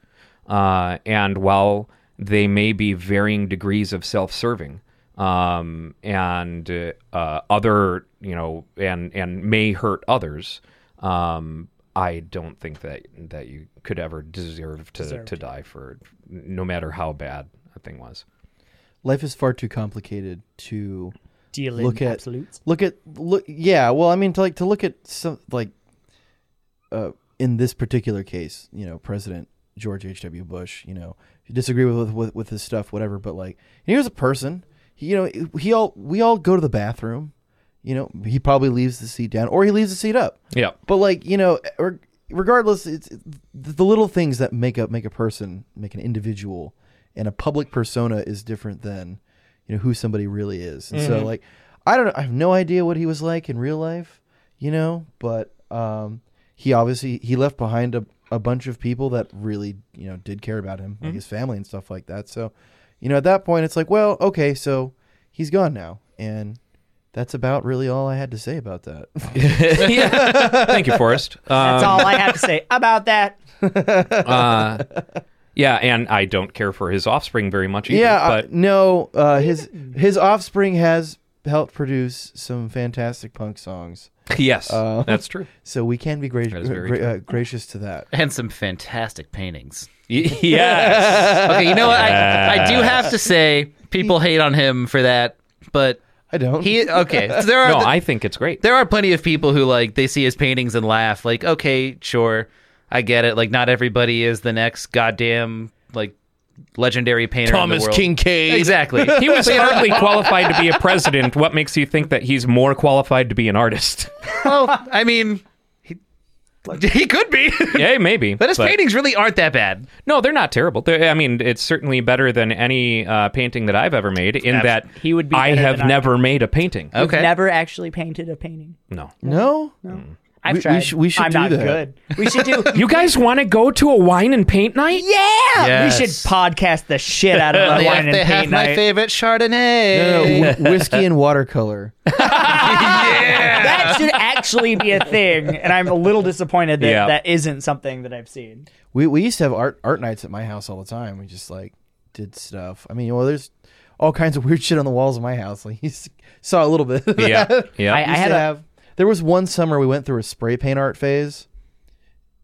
C: Uh, and while they may be varying degrees of self serving, um, and uh, uh, other, you know, and, and may hurt others, um, I don't think that, that you could ever deserve to, to die for no matter how bad a thing was.
F: Life is far too complicated to
E: Deal in
F: look at
E: absolutes.
F: look at look yeah well i mean to like to look at some like uh in this particular case you know president george h.w bush you know if you disagree with, with with his stuff whatever but like he was a person he, you know he all we all go to the bathroom you know he probably leaves the seat down or he leaves the seat up
C: Yeah.
F: but like you know eh, reg- regardless it's it's- the the little things that make up make a person make an individual and a public persona is different than you know who somebody really is and so like i don't know i have no idea what he was like in real life you know but um he obviously he left behind a, a bunch of people that really you know did care about him like his family and stuff like that so you know at that point it's like well okay so he's gone now and that's about really all i had to say about that
C: yeah. Thank you, Forrest.
E: That's
C: Um,
E: all I have to say about that.
C: uh, yeah, and I don't care for his offspring very much either.
F: Yeah, uh,
C: but
F: no, uh, his his offspring has helped produce some fantastic punk songs,
C: yes,
F: uh,
C: that's true.
F: so we can be gra-
C: That is very
F: gra-
C: true.
F: uh, gracious to that.
D: And some fantastic paintings.
C: Y- yes.
D: Okay, you know what? I, I do have to say, people hate on him for that, but
F: I don't.
D: he. Okay, so there are
C: No,
D: the-
C: I think it's great.
D: there are plenty of people who like they see his paintings and laugh like okay sure i get it like not everybody is the next goddamn like legendary painter in the world.
F: Kincaid.
D: exactly
C: He was hardly qualified to be a president. What makes you think that he's more qualified to be an artist?
D: well i mean he, he could be
C: yeah, maybe.
D: but his paintings really aren't that bad
C: No, they're not terrible. They're, I mean, it's certainly better than any uh, painting that I've ever made. In
D: Abs-
C: that
E: He would be
C: I
E: better
C: have
E: than I-
C: never made a painting.
D: okay
E: Never actually painted a painting.
C: No.
F: No,
C: Hmm.
E: I've
F: We- we
E: tried.
F: sh- we should
E: I'm
F: do
E: not
F: that.
E: good. We should do
C: You guys want to go to a wine and paint night?
E: Yeah.
D: Yes.
E: We should podcast the shit out of
D: they
E: the
D: have,
E: wine and
D: they have
E: paint
D: my
E: night.
D: favorite
F: no, no,
D: chardonnay
F: whi- whiskey and watercolor.
E: That should actually be a thing, and I'm a little disappointed that
C: Yeah.
E: that isn't something that I've seen.
F: We we used to have art art nights at my house all the time. We just like did stuff. I mean, well, there's all kinds of weird shit on the walls of my house. Like you s- saw a little bit.
C: Yeah. Yeah.
E: I-
F: used
E: had
F: to
E: a-
F: have. There was one summer we went through a spray paint art phase,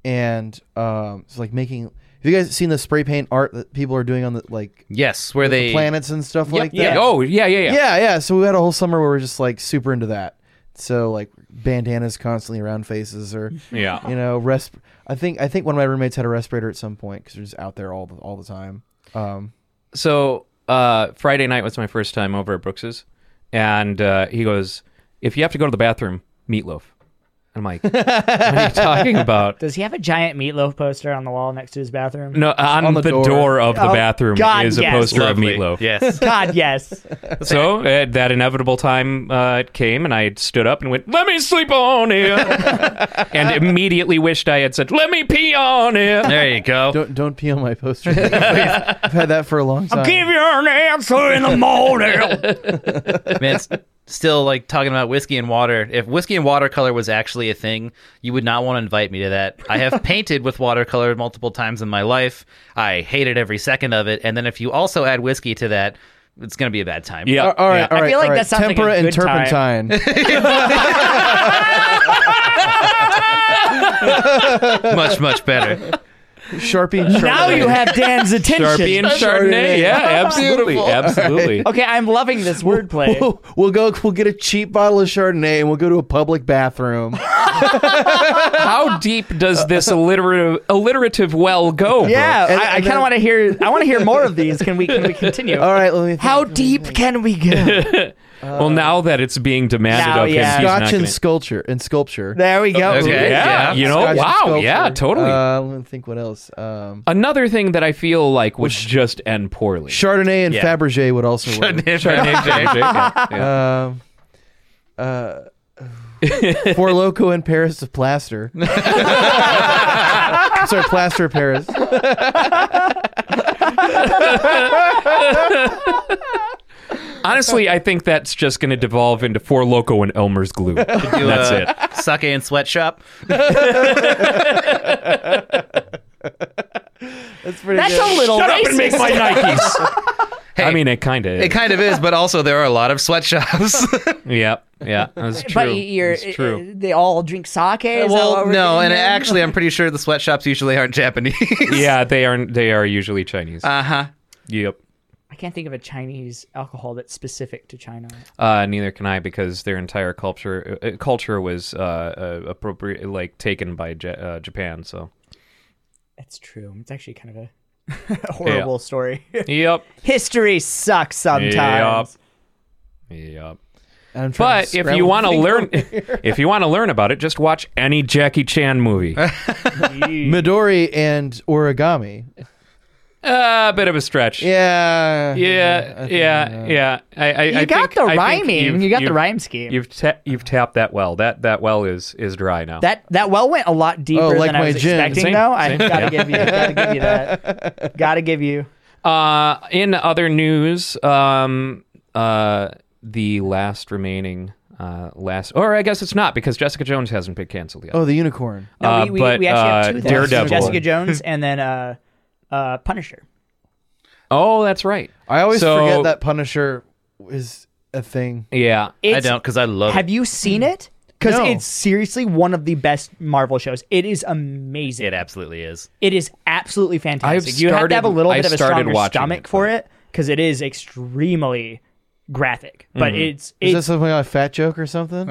F: and um, it's like making Have you guys seen the spray paint art that people are doing on the like
D: Yes, where they
F: the planets and stuff like that?
C: yeah. Oh, yeah, yeah, yeah.
F: yeah, yeah. So we had a whole summer where we are just like super into that. So like bandanas constantly around faces, or
C: Yeah.
F: you know, resp. I think I think one of my roommates had a respirator at some point because they're just out there all the, all the time. Um,
C: so uh, Friday night was my first time over at Brooks's, and uh, he goes, "If you have to go to the bathroom, meatloaf." I'm like, "What are you talking about?"
E: Does he have a giant meatloaf poster on the wall next to his bathroom?
C: No, on,
F: on
C: the,
F: the
C: door.
F: door.
C: of the
E: Oh,
C: bathroom
E: God,
C: is
E: yes.
C: a poster
D: Lovely.
C: of meatloaf.
D: Yes.
E: God, yes.
C: So at that inevitable time uh, it came, and I stood up and went, "Let me sleep on it," and immediately wished I had said, "Let me pee on it."
D: there you go.
F: don't don't pee on my poster. Please. I've had that for a long time.
E: Give you an answer in the morning.
D: Man, it's still like talking about whiskey and water. If whiskey and watercolor was actually a thing, you would not want to invite me to that. I have painted with watercolor multiple times in my life. I hated every second of it. And then if you also add whiskey to that, it's going to be a bad time.
C: Yeah.
F: All all right,
C: Yeah.
F: all right.
E: I feel like
F: all
E: that
F: right.
E: sounds like a
F: Tempera and
E: good time.
F: turpentine.
D: Much, much better.
F: Sharpie and
E: now you have Dan's attention.
C: Sharpie and Chardonnay. Yeah, absolutely, absolutely.
E: Okay, I'm loving this wordplay.
F: We'll, we'll go. We'll get a cheap bottle of Chardonnay and we'll go to a public bathroom.
C: How deep does this alliterative alliterative well go? Brooke?
E: Yeah,
F: And-
E: I, I kind of
F: and then- Oh.
E: want to hear. I want to hear more of these. Can we? Can we continue?
F: All right, let me. Think.
E: How deep can we go?
C: Well, now that it's being demanded
E: Now,
C: of him,
E: yeah.
C: he's not
F: Scotch
C: gonna-
F: and sculpture and sculpture.
E: There we go.
D: Okay.
C: yeah,
D: Yeah.
C: you know,
F: Scotch and
C: wow,
F: sculpture.
C: yeah, totally.
F: Uh, let me think. What else? Um,
C: Another thing that I feel like would just end poorly.
F: Chardonnay and
D: Yeah.
F: Fabergé would also work.
C: Chardonnay, Chardonnay, yeah.
F: Um, uh, Four Loco in Paris of Plaster. Sorry, Plaster of Paris.
C: Honestly, I think that's just going to devolve into Four Loco and Elmer's Glue.
D: Do,
C: That's it.
D: uh, Sake and sweatshop.
F: That's pretty
E: That's a little
C: Shut
E: racist.
C: up and make my Nikes. I mean, it kind of is.
D: It kind of is, but also there are a lot of sweatshops.
C: yeah, yeah, that's true.
E: But you're, uh,
C: That's true.
E: they all drink sake. Is that
D: well,
E: what we're
D: no,
E: doing
D: and
E: here?
D: actually, I'm pretty sure the sweatshops usually aren't Japanese.
C: yeah, they are. They are usually Chinese.
D: Uh huh.
C: yep.
E: I can't think of a Chinese alcohol that's specific to China.
C: Uh, neither can I because their entire culture uh, culture was uh, uh, appropriate, like taken by ja uh, Japan. So
E: That's true. It's actually kind of a horrible story.
C: yep,
E: History sucks sometimes.
C: yep.
F: I'm trying
C: But
F: to
C: if
F: scramble
C: you want to
F: things.
C: learn, if you want to learn about it, just watch any Jackie Chan movie. A
F: Midori and origami.
C: Uh, bit of a stretch.
F: Yeah.
C: yeah, yeah, yeah. I, I,
E: uh, You
C: I
E: got
C: think-
E: the
C: I think
E: rhyming.
C: you've-
E: You got the
C: you've-
E: rhyme scheme.
C: You've ta- you've tapped that well. That that well is is dry now.
E: That that well went a lot deeper
F: Oh, like
E: than I
F: my
E: was
F: gin.
E: expecting,
C: Same,
E: though. I
C: same.
E: gotta
C: Yeah.
E: give you, gotta give you that. gotta give you.
C: Uh, in other news, um, uh, the last remaining, uh, last, or I guess it's not because Jessica Jones hasn't been canceled yet.
F: Oh, the unicorn.
E: No,
C: Uh,
E: we, we,
C: but,
E: we actually
C: uh,
E: have two things:
C: Daredevil.
E: Jessica Jones, and then uh, uh, Punisher.
C: Oh, that's right.
F: I always
C: So-
F: forget that Punisher is a thing.
C: Yeah.
D: I
E: It's-
D: don't because I love
E: Have you seen it? Because
F: No.
E: it's seriously one of the best Marvel shows. It is amazing.
D: it. It absolutely is.
E: It is absolutely fantastic.
C: I've
E: you have to have a
C: started-
E: little
C: I've
E: bit of a
C: started
E: stronger
C: watching
E: stomach
C: it,
E: for it because it is extremely graphic. But
C: Mm-hmm.
E: it's it's
F: Is that something like a fat joke or something?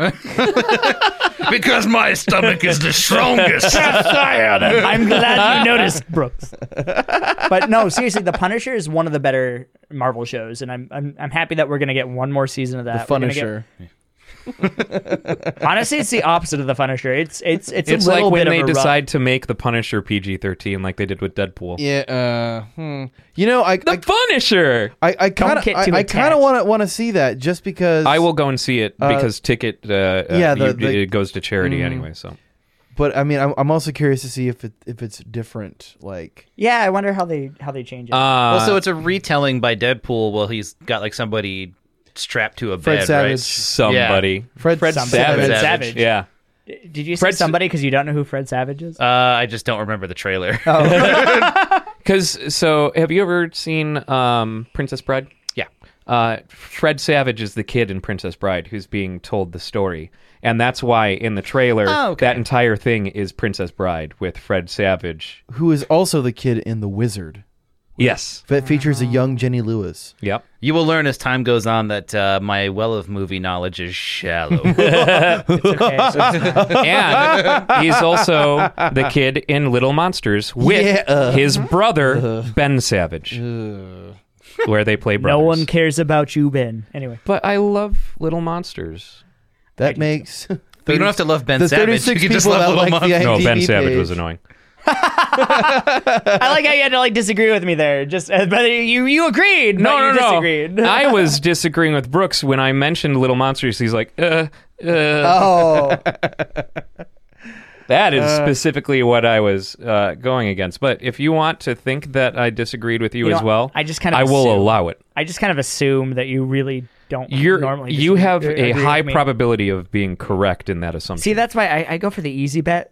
D: Because my stomach is the strongest.
C: Uh,
E: I'm glad you noticed, Brooks. But no, seriously, The Punisher is one of the better Marvel shows, and I'm I'm, I'm happy that we're gonna get one more season of that.
F: the
E: We're gonna
F: Punisher.
E: get- honestly, it's the opposite of The Punisher. It's it's it's,
C: It's
E: a
C: like
E: little
C: when
E: bit
C: they
E: of a
C: decide to make the Punisher PG thirteen, like they did with Deadpool.
F: Yeah. Uh, hmm. You know, I
C: The Punisher.
F: I, I kind of
E: get
F: I,
E: too
F: I kind
E: attached.
F: of want to want to see that just because
C: I will go and see it because ticket. Uh, yeah,
F: yeah, the- the-
C: it goes to charity
E: Mm.
C: anyway. So
F: But I mean, I'm, I'm also curious to see if it if it's different. Like,
E: Yeah, I wonder how they how they change it.
C: uh,
D: Also, it's a retelling by Deadpool. Well, he's got like somebody strapped to a
F: Fred
D: bed,
F: Savage.
D: right?
C: somebody.
F: Fred,
E: Somebody.
C: Savage.
E: Fred
D: Savage.
E: Savage.
C: Yeah.
E: Did you
C: Fred
E: say somebody because you don't know who Fred Savage is?
D: Uh, I just don't remember the trailer.
F: Oh.
C: Because so, have you ever seen um, Princess Bride?
D: Yeah.
C: Uh, Fred Savage is the kid in Princess Bride who's being told the story, and that's why in the trailer
D: Oh, okay.
C: that entire thing is Princess Bride with Fred Savage.
F: who is also the kid in The Wizard
C: Yes.
F: that features a young Jenny Lewis.
C: Yep.
D: You will learn as time goes on that uh, my well of movie knowledge is shallow.
E: Okay, so it's not-
C: and he's also the kid in Little Monsters with
F: Yeah, uh.
C: his brother Ben Savage, Uh. where they play brothers.
E: no one cares about you, Ben. Anyway,
C: But I love Little Monsters.
F: That makes
D: But you don't have to love Ben
F: the
D: Savage. You
F: 36
D: can just
F: people that
D: love Little
F: like the
D: Monsters.
C: No, Ben
F: IMDb
C: Savage
F: page.
C: was annoying.
E: I like how you had to like disagree with me there. Just uh, but you you agreed. but
C: No,
E: you
C: no,
E: disagreed.
C: no. I was disagreeing with Brooks when I mentioned Little Monsters. He's like, uh, uh.
F: Oh,
C: That is
E: Uh,
C: specifically what I was uh, going against. But if you want to think that I disagreed with you,
E: You know,
C: as well,
E: I just kind of
C: I will
E: assume.
C: allow it.
E: I just kind of assume that you really don't
C: You're
E: normally.
C: you
E: disagree-
C: have
E: or
C: a
E: agree with
C: high
E: me.
C: probability of being correct in that assumption.
E: See, that's why I, I go for the easy bet.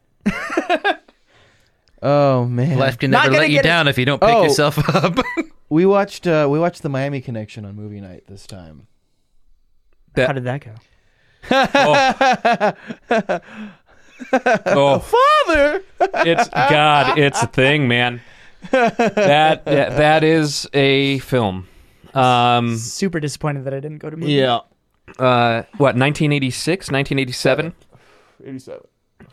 F: oh man.
D: Life can
E: Not
D: never
E: gonna
D: let you
E: get it-
D: down if you don't pick
F: Oh.
D: yourself up.
F: We watched uh, we watched the Miami Connection on movie night this time.
C: That-
E: How did that go?
C: oh,
F: Father,
C: it's God, it's a thing, man. That that, that is a film. Um,
E: Super disappointed that I didn't go to movie.
F: yeah,
C: uh, what 1986 1987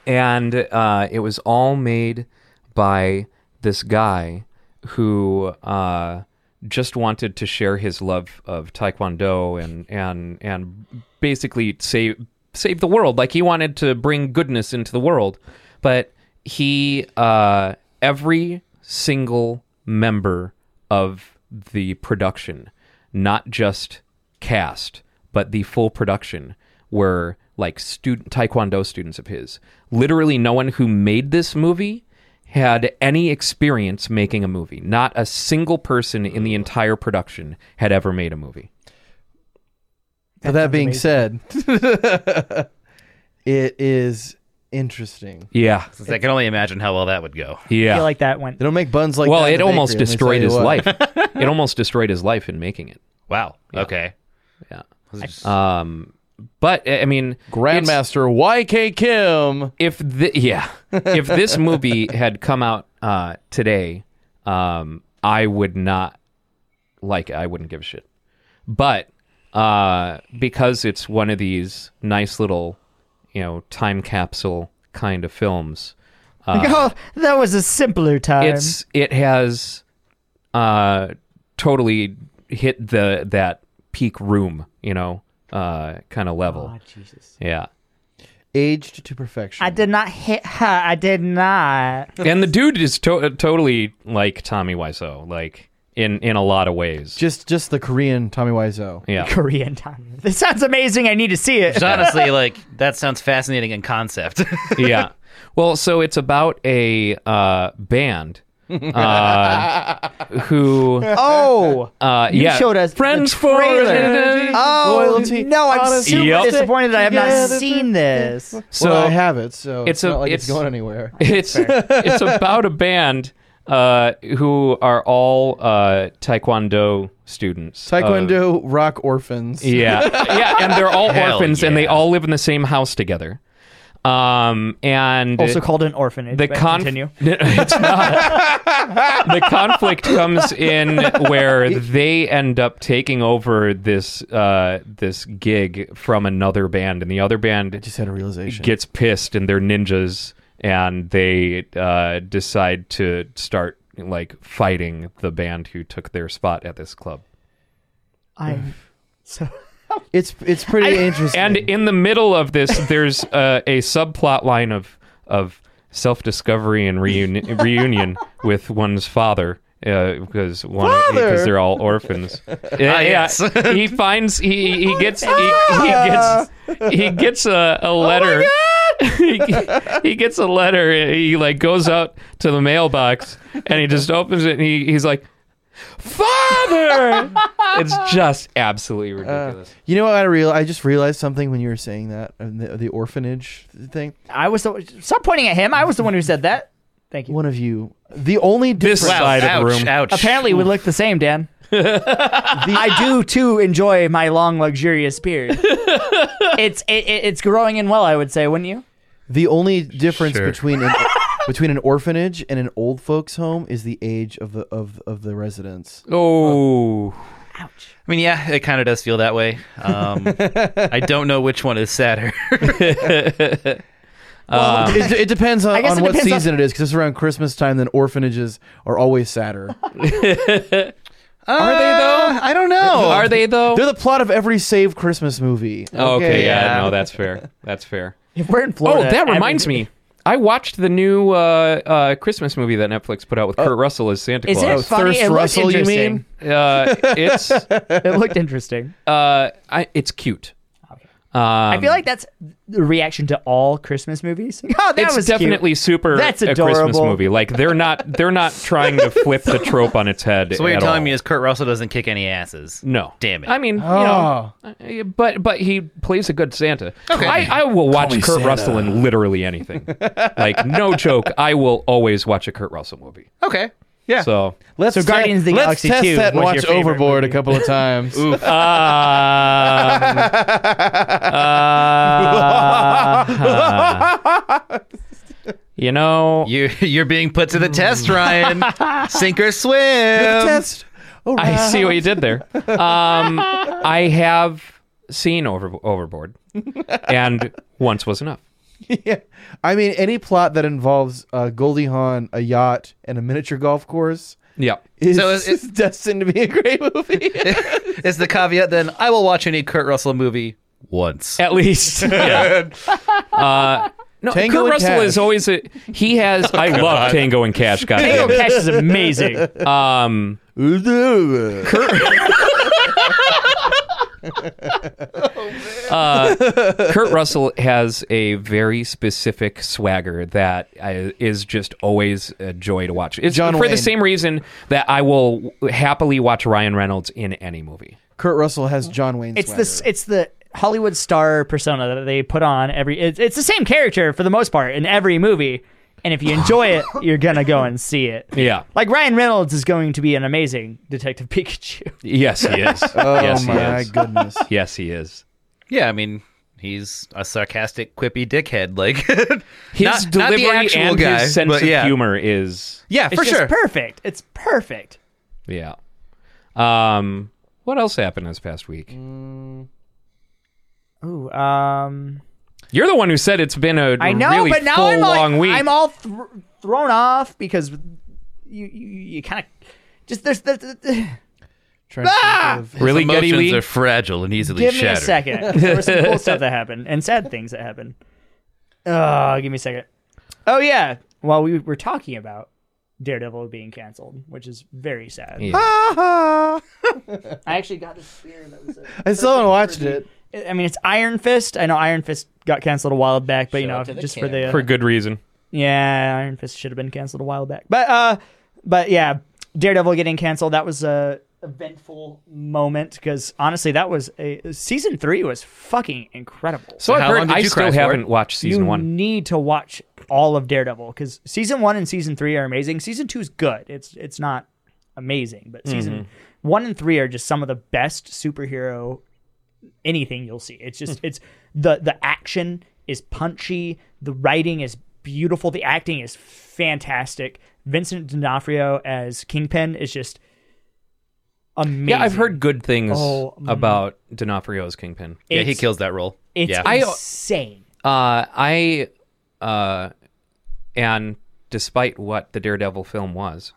C: and uh, it was all made by this guy who uh, just wanted to share his love of taekwondo and and and basically save save the world like he wanted to bring goodness into the world but he uh, every single member of the production not just cast, but the full production were like student taekwondo students of his. Literally, no one who made this movie had any experience making a movie. Not a single person in the entire production had ever made a movie.
F: That, that being said, it is interesting.
C: Yeah,
D: I can only imagine how well that would go.
E: I feel
C: yeah.
E: like that went.
F: They don't make buns like
C: well,
F: that at
C: it
F: the
C: almost
F: bakery, let me tell
C: destroyed
F: you
C: his
F: what.
C: life. it almost destroyed his life in making it.
D: Wow. Okay.
C: Yeah.
D: Was it just-
C: Um, but I I mean, it's-
F: Grandmaster YK Kim.
C: if the yeah if this movie had come out uh today um i would not like it. i wouldn't give a shit but uh because it's one of these nice little you know time capsule kind of films
E: oh, that was a simpler time.
C: Uh, it's it has uh totally hit the that peak room you know uh kind of level
E: Ah, Jesus.
C: yeah
F: Aged to perfection.
E: I did not hit her. I did not.
C: and the dude is to- totally like Tommy Wiseau, like in in a lot of ways.
F: Just just the Korean Tommy Wiseau.
C: yeah,
E: Korean time. This sounds amazing. I need to see it.
D: Which honestly, like that sounds fascinating in concept.
C: yeah. Well, so it's about a uh, band uh, who,
E: Oh,
C: uh, yeah,
E: showed us the
C: friends for
E: trailer. oh
F: Loyalty,
E: no! I'm
F: honesty,
E: super
C: Yep.
E: disappointed that I have not
F: together.
E: seen this.
C: So
F: well, I have it, so it's,
C: it's a-
F: not like it's,
C: it's-
F: going anywhere.
C: it's it's about a band uh, who are all uh, taekwondo students. of-
F: Taekwondo rock orphans.
C: uh, Yeah, yeah, and they're all
D: Hell
C: orphans, and they
D: yeah.
C: all live in the same house together. Um, and
E: Also called an orphanage.
C: the
E: but
C: conf-
E: continue.
C: It's not. the conflict comes in where they end up taking over this uh, this gig from another band, and the other band
F: Just had a realization.
C: gets pissed, and they're ninjas, and they uh, decide to start like fighting the band who took their spot at this club.
E: I'm so.
F: it's it's pretty interesting.
C: And in the middle of this, there's uh, a subplot line of of self discovery and reuni- reunion with one's father. Uh, because one, because
F: Father?
C: they're all orphans. Yeah,
D: yes.
C: yeah. he finds he
F: Oh
C: he gets he, he gets he gets a,
F: Oh
C: a letter. he, he gets a letter. He like goes out to the mailbox and he just opens it and he, he's like, "Father!" it's just absolutely ridiculous.
F: You know what I real I just realized something when you were saying that and the, the orphanage thing.
E: I was the. Stop pointing at him. I was the one who said that. Thank you.
F: One of you, the only
C: This
F: difference.
C: side of the
D: ouch,
C: room.
D: ouch.
E: Apparently, we look the same, Dan. I do too enjoy my long, luxurious beard. it's it, it, it's growing in well, I would say, wouldn't you?
F: The only difference
D: Sure.
F: between an, between an orphanage and an old folks home is the age of the of, of the residents.
C: Oh,
D: I mean, yeah, it kind of does feel that way. Um, I don't know which one is sadder.
C: Um,
F: it, it depends on,
E: I guess
F: on
E: it
F: what
E: depends on-
F: season it is because it's around Christmas time. Then orphanages are always sadder. Uh,
C: are they though?
D: I don't know.
C: Are they though?
F: Oh. They're the plot of every Save Christmas movie.
C: Oh, okay, yeah,
D: yeah.
C: no, that's fair. That's fair.
E: If we're in
C: Oh,
E: Florida.
C: that
E: every-
C: reminds me. I watched the new uh, uh, Christmas movie that Netflix put out with Kurt Russell as Santa
E: Is it
C: Claus.
E: funny?
F: Thirst
E: it looked
F: Russell, you
E: interesting.
F: mean?
C: Uh, it's uh,
E: It looked interesting.
C: I, it's cute. Um,
E: I feel like that's the reaction to all Christmas movies. Oh, that
C: it's
E: was cute.
C: definitely super.
E: That's
C: a Christmas
E: adorable.
C: movie. Like they're not they're not trying to flip the trope on its head.
D: So what you're
C: at
D: telling
C: all.
D: me is Kurt Russell doesn't kick any asses.
C: no.
D: Damn it.
C: I mean,
E: Oh.
C: you know, uh, but but he plays a good Santa. Okay. I, I will watch Kurt Russell in literally anything. like no joke, I will always watch a Kurt Russell movie.
D: Okay. Yeah.
C: So
F: Let's
E: So
F: te-
E: Guardians of the
F: let's
E: Galaxy
F: test
E: 2
F: that and
E: was
F: watch
E: your favorite
F: Overboard
E: movie.
F: a couple of times.
C: Um, uh, you know,
D: You you're being put to the test, Ryan. Sink or swim.
E: Um,
F: test. Oh,
C: I see what you did there. Um, I have seen over, Overboard, and once was enough.
F: yeah. I mean, any plot that involves uh, Goldie Hawn, a yacht, and a miniature golf course
C: Yep.
F: is
D: So it's- it's-
F: destined to be a great movie.
D: Is the caveat then I will watch any Kurt Russell movie once.
C: At least. Yeah. Uh, no,
F: Tango
C: Kurt
F: and
C: Russell
F: Cash.
C: is always a, he has. I love Tango and Cash. God
E: Tango
C: damn
E: Cash is amazing.
C: it. Um, Kurt Russell has a very specific swagger that I, is just always a joy to watch. It's
F: John
C: for
F: Wayne.
C: the same reason that I will happily watch Ryan Reynolds in any movie.
F: Kurt Russell has John Wayne.
E: It's
F: swagger.
E: this. It's the Hollywood star persona that they put on every. It's, it's the same character for the most part in every movie, and if you enjoy it, you're gonna go and see it.
C: Yeah.
E: Like Ryan Reynolds is going to be an amazing Detective Pikachu.
C: Yes, he is.
F: Oh
C: yes,
F: my
C: he is.
F: goodness!
C: Yes, he is.
D: Yeah, I mean, he's a sarcastic, quippy dickhead. Like
C: His
D: not, not the
C: delivery
D: actual
C: and
D: guy,
C: his sense
D: but
C: of
D: yeah.
C: humor is
D: Yeah,
E: It's
D: for
E: just
D: sure.
E: perfect. It's perfect.
C: yeah. Um, what else happened this past week?
E: Ooh, um,
C: You're the one who said it's been a
E: I know,
C: really
E: but now
C: full
E: I'm like,
C: long week.
E: I'm all thr thrown off because you you, you kind of just there's, there's, there's
F: Trying to think of-
C: really
D: Emotions
C: Getty Lee.
D: are fragile and easily
E: give me
D: shattered.
E: a second. There was some cool stuff that happened and sad things that happened. Oh, give me a second. Oh yeah, while we were talking about Daredevil being canceled, which is very sad.
C: Yeah.
E: I actually got this beer that was. A,
F: I still haven't watched it.
E: I mean, it's Iron Fist. I know Iron Fist got canceled a while back, but you
D: Shout
E: know,
D: out to the
E: just for the
C: for good reason.
E: Yeah, Iron Fist should have been canceled a while back. But uh but yeah, Daredevil getting canceled, that was a eventful moment cuz honestly that was a season 3 was fucking incredible.
C: So, I've
D: how long
C: heard.
D: did
C: I
D: you
C: still
D: cry for?
C: haven't watched season
E: you
C: one.
E: need to watch all of Daredevil cuz season 1 and season 3 are amazing. Season 2 is good. It's it's not amazing, but season 1 and 3 are just some of the best superhero anything you'll see. It's just it's the the action is punchy, the writing is beautiful, the acting is fantastic. Vincent D'Onofrio as Kingpin is just amazing.
C: Yeah, I've heard good things
E: Oh, mm.
C: about D'Onofrio's Kingpin.
D: Yeah, he
E: It's-
D: kills that role.
E: It's
D: yeah.
C: I-
E: insane.
C: Uh, I, uh, and despite what the Daredevil film was,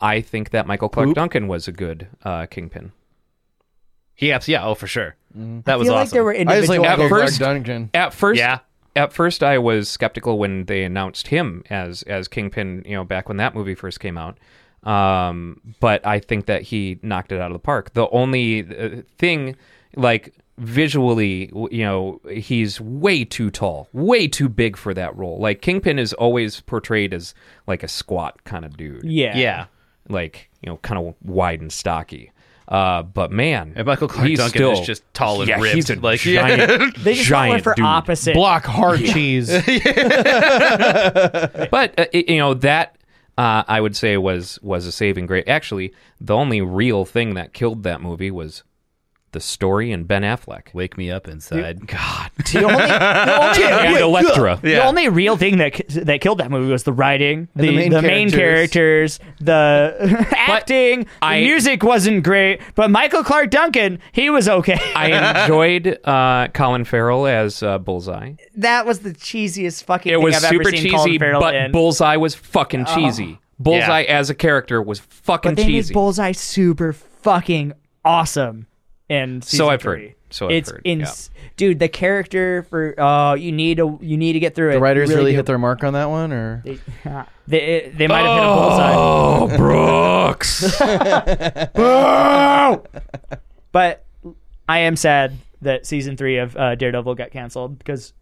C: I think that Michael Clark Duncan was a good uh, Kingpin.
D: he abs- yeah, oh for sure. That was
E: I
D: awesome.
E: feel like there were
F: I just like
E: individual
F: Michael Clark
C: first-
F: Duncan.
C: At first,
D: Yeah.
C: At first, I was skeptical when they announced him as as Kingpin. You know, back when that movie first came out. Um, but I think that he knocked it out of the park. The only uh, thing, like visually, w- you know, he's way too tall, way too big for that role. Like Kingpin is always portrayed as like a squat kind of dude.
E: yeah.
D: yeah.
C: Like you know, kind of wide and stocky. Uh, but man,
D: And Michael Clark
C: he's
D: Duncan
C: still,
D: is just tall and
C: yeah,
D: ripped.
C: He's a
D: Like,
C: giant,
E: They just
C: giant
E: went for
C: dude.
E: opposite.
F: Block hard cheese.
C: But uh, it- you know that uh, I would say was was a saving grace. Actually, the only real thing that killed that movie was the story and Ben Affleck.
D: Wake me up inside. God.
E: The only, the only-
C: And
E: wait,
C: Electra.
E: the only real thing that ki- that killed that movie was the writing, the,
F: the main
E: characters,
F: characters.
E: the acting.
C: I-
E: the music wasn't great, but Michael Clark Duncan, he was okay.
C: I enjoyed uh, Colin Farrell as uh, Bullseye.
E: that was the cheesiest fucking
C: It
E: thing
C: was
E: I've
C: super
E: ever seen
C: cheesy,
E: Colin Farrell
C: but
E: in. Oh.
C: Bullseye was fucking cheesy. Bullseye as a character was fucking
E: but they
C: cheesy.
E: made Bullseye super fucking awesome. And
C: So I've heard. So I've
E: it's
C: heard,
E: ins- dude. The character for oh, you need a you need to get through it.
F: The writers really,
E: hit
F: hit their mark on that one, or
E: They, they, they might have hit a bullseye.
C: Oh, Brooks.
E: But I am sad that season three of uh, Daredevil got canceled because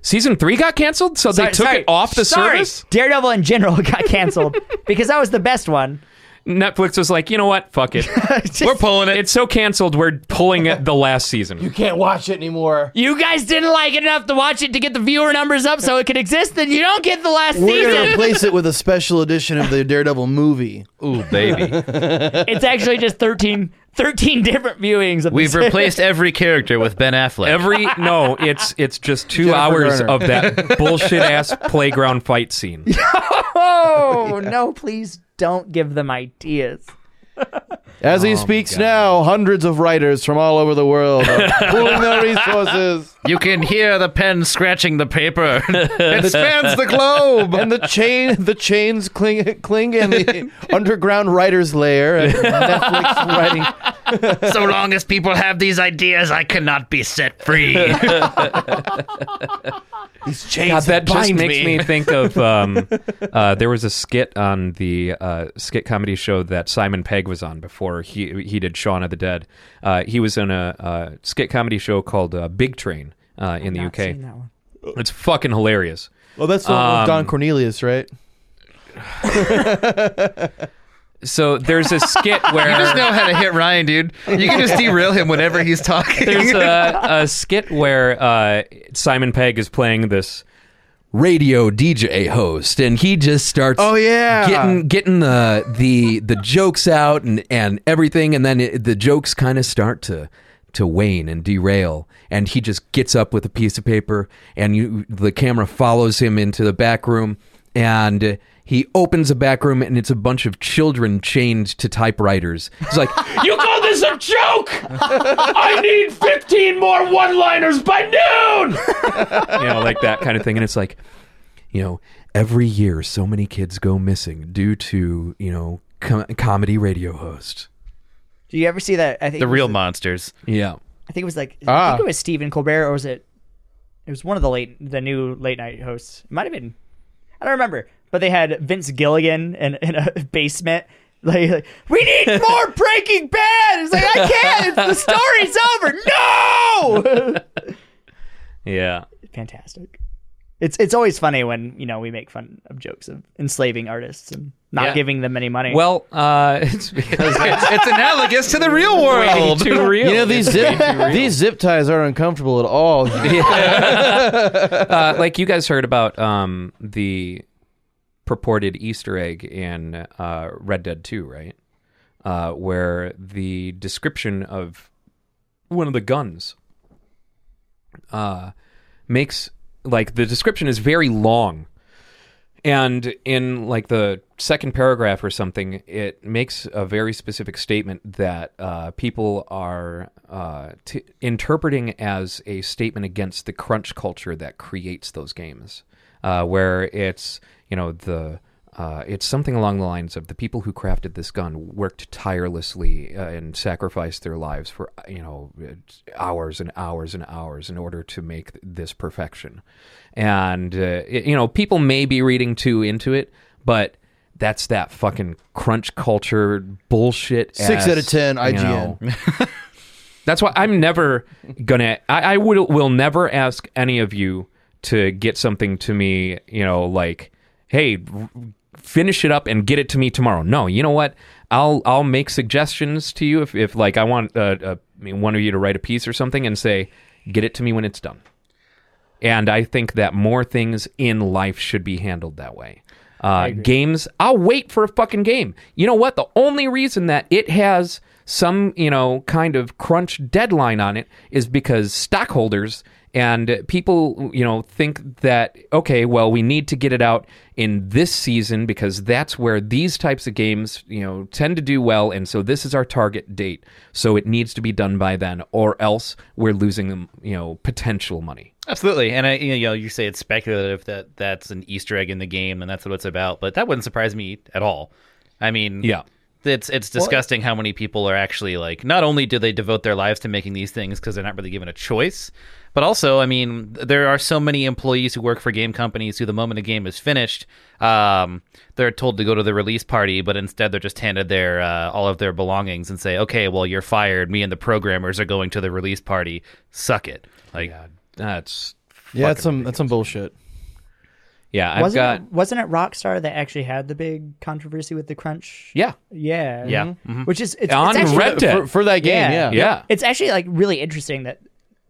C: Season three got canceled, so they
E: Sorry,
C: took
E: sorry,
C: it off the
E: sorry,
C: service.
E: Daredevil in general got canceled because that was the best one.
C: Netflix was like, you know what? Fuck it.
E: Just-
D: We're pulling it.
C: it's so canceled. We're pulling it the last season.
F: can't watch it anymore.
E: you guys didn't like it enough to watch it to get the viewer numbers up so it could exist. Then you don't get the last
F: We're gonna
E: season.
F: replace it with a special edition of the Daredevil movie.
D: Ooh, baby.
E: it's actually just 13, 13 different viewings of
D: We've
E: this.
D: replaced every character with Ben Affleck.
C: Every no, it's it's just two
F: Jennifer
C: hours
F: Garner.
C: of that bullshit ass playground fight scene.
E: oh no! Please don't give them ideas.
F: As he speaks now, hundreds of writers from all over the world are pooling their resources.
D: you can hear the pen scratching the paper.
F: It spans the globe, and the chain, the chains cling, cling in the underground writers' lair at Netflix writing.
D: so long as people have these ideas, I cannot be set free.
F: These chains
C: God, that just
F: bind
C: makes
F: me.
C: me, think of um, uh, there was a skit on the uh, skit comedy show that Simon Pegg was on before he he did Shaun of the Dead. Uh, he was in a uh, skit comedy show called uh, Big Train uh, in the
E: Not
C: UK.
E: seen that one.
C: It's fucking hilarious.
F: Well, that's the one with Don Cornelius, right?
C: So there's a skit where
D: You just know how to hit Ryan, dude. You can just derail him whenever he's talking.
C: there's a, a skit where uh, Simon Pegg is playing this radio DJ host, and he just starts.
F: Oh, yeah.
H: getting getting the the the jokes out and and everything, and then it, the jokes kind of start to to wane and derail. And he just gets up with a piece of paper, and you the camera follows him into the back room, and. uh, He opens a back room and it's a bunch of children chained to typewriters. He's like,
B: You call this a joke? I need 15 more one liners by noon!
C: you know, like that kind of thing. And it's like,
H: you know, every year so many kids go missing due to, you know, com- comedy radio host.
E: Do you ever see that? I think
D: the
E: it was
D: real
E: the-
D: monsters.
H: Yeah.
E: I think it was like I
F: Ah.
E: think it was Stephen Colbert or was it? It was one of the late the new late night hosts. It might have been. I don't remember. But they had Vince Gilligan in, in a basement. Like, like, we need more Breaking Bad. It's like I can't. It's, the story's over. No.
C: yeah.
E: Fantastic. It's it's always funny when you know we make fun of jokes of enslaving artists and not
C: Yeah.
E: giving them any money.
C: Well, uh, it's because
D: It's, it's analogous to the real world.
C: too real.
F: You know these zip, these zip ties aren't uncomfortable at all.
C: uh, like you guys heard about um, the purported Easter egg in uh, Red Dead 2, right? Uh, where the description of one of the guns uh, makes like the description is very long and in like the second paragraph or something it makes a very specific statement that uh, people are uh, t- interpreting as a statement against the crunch culture that creates those games uh, where it's you know the uh, it's something along the lines of the people who crafted this gun worked tirelessly uh, and sacrificed their lives for uh, you know hours and hours and hours in order to make this perfection. And uh, it- you know, people may be reading too into it, but that's that fucking crunch culture bullshit.
F: Six
C: ass,
F: out of ten
C: you
F: IGN.
C: know. That's why I'm never gonna. I, I will will never ask any of you to get something to me. You know, like, hey, r- finish it up and get it to me tomorrow. No, you know what? I'll I'll make suggestions to you if, if like I want uh, uh, I mean, one of you to write a piece or something and say, get it to me when it's done. And I think that more things in life should be handled that way. Uh, games, I'll wait for a fucking game. You know what? The only reason that it has some, you know, kind of crunch deadline on it is because stockholders and people, you know, think that, okay, well, we need to get it out in this season because that's where these types of games, you know, tend to do well. And so this is our target date. So it needs to be done by then, or else we're losing, you know, potential money.
D: Absolutely, and I, you know, you say it's speculative that that's an Easter egg in the game, and that's what it's about. But that wouldn't surprise me at all. I mean,
C: Yeah.
D: it's it's disgusting how many people are actually like. Not only do they devote their lives to making these things because they're not really given a choice, but also, I mean, there are so many employees who work for game companies who, the moment a game is finished, um, they're told to go to the release party, but instead they're just handed their uh, all of their belongings and say, "Okay, well, you're fired. Me and the programmers are going to the release party. Suck it." Like.
C: That's,
F: Yeah, that's some that's some bullshit.
C: yeah, I've
E: wasn't
C: got,
E: it, wasn't it Rockstar that actually had the big controversy with the crunch?
C: yeah, Mm-hmm.
E: yeah, mhm.
D: Yeah.
E: Which is it's,
C: On
E: it's actually,
C: Red Dead.
F: For, for that game, yeah.
E: Yeah.
C: yeah.
E: It's actually like really interesting that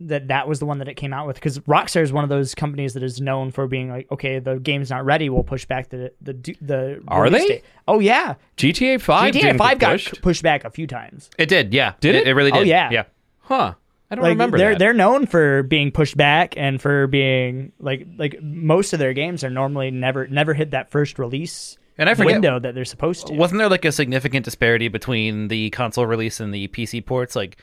E: that that was the one that it came out with because Rockstar is one of those companies that is known for being like, okay, the game's not ready, we'll push back the the d- the.
C: Are
E: release
C: they?
E: date. Oh yeah,
C: GTA 5
E: GTA
C: didn't
E: Five
C: get
E: got
C: pushed.
E: c- pushed back a few times.
D: It did, yeah.
C: Did it?
D: It really
E: Oh,
D: did.
E: yeah.
D: yeah.
C: Huh. I don't
E: Like
C: remember
E: they're
C: that.
E: they're known for being pushed back and for being like like most of their games are normally never never hit that first release
D: And I forget-
E: window that they're supposed to.
D: Wasn't there like a significant disparity between the console release and the PC ports? Like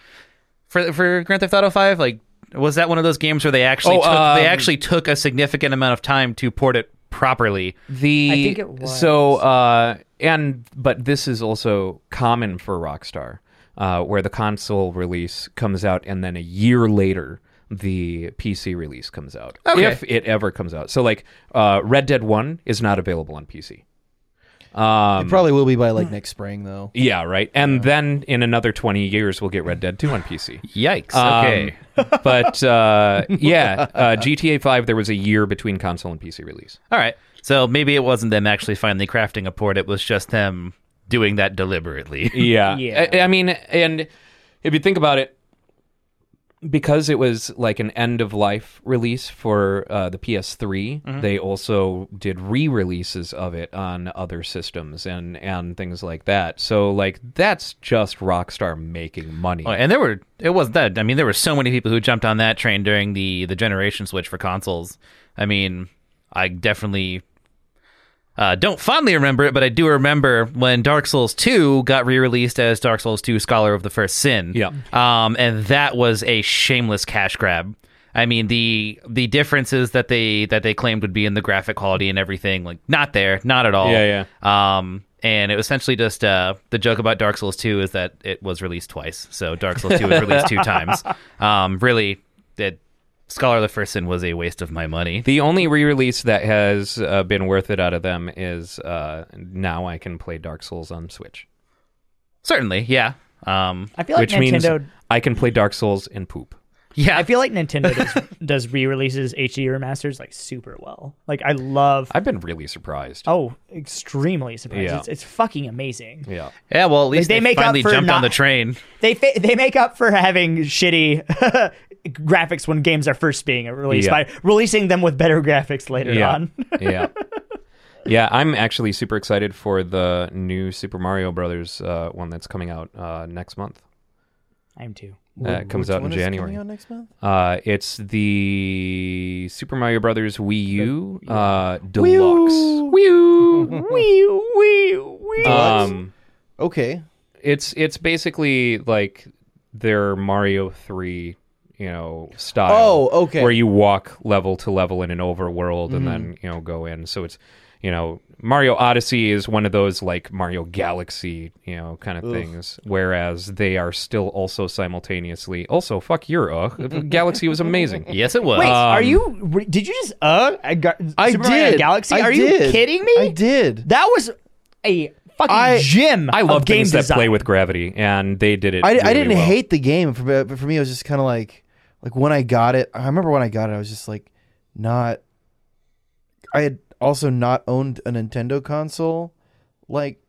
D: for for Grand Theft Auto Five, like was that one of those games where they actually
C: Oh,
D: took,
C: um,
D: they actually took a significant amount of time to port it properly?
C: The
E: I think it was.
C: so uh, and but this is also common for Rockstar, uh, where the console release comes out and then a year later the PC release comes out,
D: Okay.
C: if it ever comes out. So like uh, Red Dead One is not available on PC. Um,
F: It probably will be by like next spring though.
C: yeah, right. And then in another twenty years we'll get Red Dead Two on PC.
D: Yikes!
C: Um,
D: okay,
C: but uh, yeah, uh, GTA Five there was a year between console and PC release.
D: all right. So maybe it wasn't them actually finally crafting a port; it was just them doing that deliberately.
C: Yeah.
E: Yeah.
C: I, I mean, and if you think about it, because it was like an end of life release for uh, the PS3,
D: Mm-hmm.
C: they also did re releases of it on other systems and, and things like that. So, like, that's just Rockstar making money.
D: Oh, and there were it was that I mean there were so many people who jumped on that train during the the generation switch for consoles. I mean, I definitely uh, don't fondly remember it, but I do remember when Dark Souls 2 got re-released as Dark Souls 2 Scholar of the First Sin.
C: Yeah.
D: Um, and that was a shameless cash grab. I mean, the the differences that they that they claimed would be in the graphic quality and everything, like not there, not at all.
C: Yeah,
D: yeah. Um, and it was essentially just uh, the joke about Dark Souls 2 is that it was released twice. So Dark Souls 2 was released two times. Um, really, it, Scholar of the First Sin was a waste of my money.
C: The only re release that has uh, been worth it out of them is uh, now I can play Dark Souls on Switch,
D: Certainly, yeah. Um,
E: I feel like
C: which
E: Nintendo.
C: means I can play Dark Souls and poop.
D: yeah,
E: I feel like Nintendo does, does re-releases HD remasters like super well. Like I love.
C: I've been really surprised.
E: oh, extremely surprised!
C: Yeah.
E: It's, it's fucking amazing.
C: Yeah.
D: Yeah, well, at least
E: they
D: they,
E: make up
D: finally
E: for
D: jumped on
E: not-
D: the train.
E: They fa- they make up for having shitty graphics when games are first being released
C: Yeah.
E: by releasing them with better graphics later on.
C: yeah. Yeah, I'm actually super excited for the new Super Mario Brothers uh, one that's coming out uh, next month.
E: I'm too.
C: Uh, it comes
F: Which
C: out in
F: one is
C: January.
F: Coming out next month?
C: Uh, it's the Super Mario Brothers Wii U uh, Deluxe. Wii U. Um,
F: Okay.
C: it's it's basically like their Mario three, you know, style.
F: Oh, okay.
C: Where you walk level to level in an overworld and then
F: Mm-hmm.
C: you know go in. So it's you know Mario Odyssey is one of those like Mario Galaxy you know kind of things. Whereas they are still also simultaneously also fuck your ugh. Galaxy was amazing.
D: Yes, it was. Uh,
E: Wait, are you? Re- did you just? Uh, I got.
F: I
E: Super
F: did.
E: Mario Galaxy.
F: I
E: are
F: did.
E: you kidding me?
F: I did.
E: That was a fucking
F: I-
E: gym.
C: I love
E: of game
C: games that
E: design.
C: play with gravity, and they did it.
F: I,
C: really
F: I didn't
C: well.
F: hate the game, for, but for me, it was just kind of like, like when I got it. I remember when I got it, I was just like, not. I had also not owned a Nintendo console, like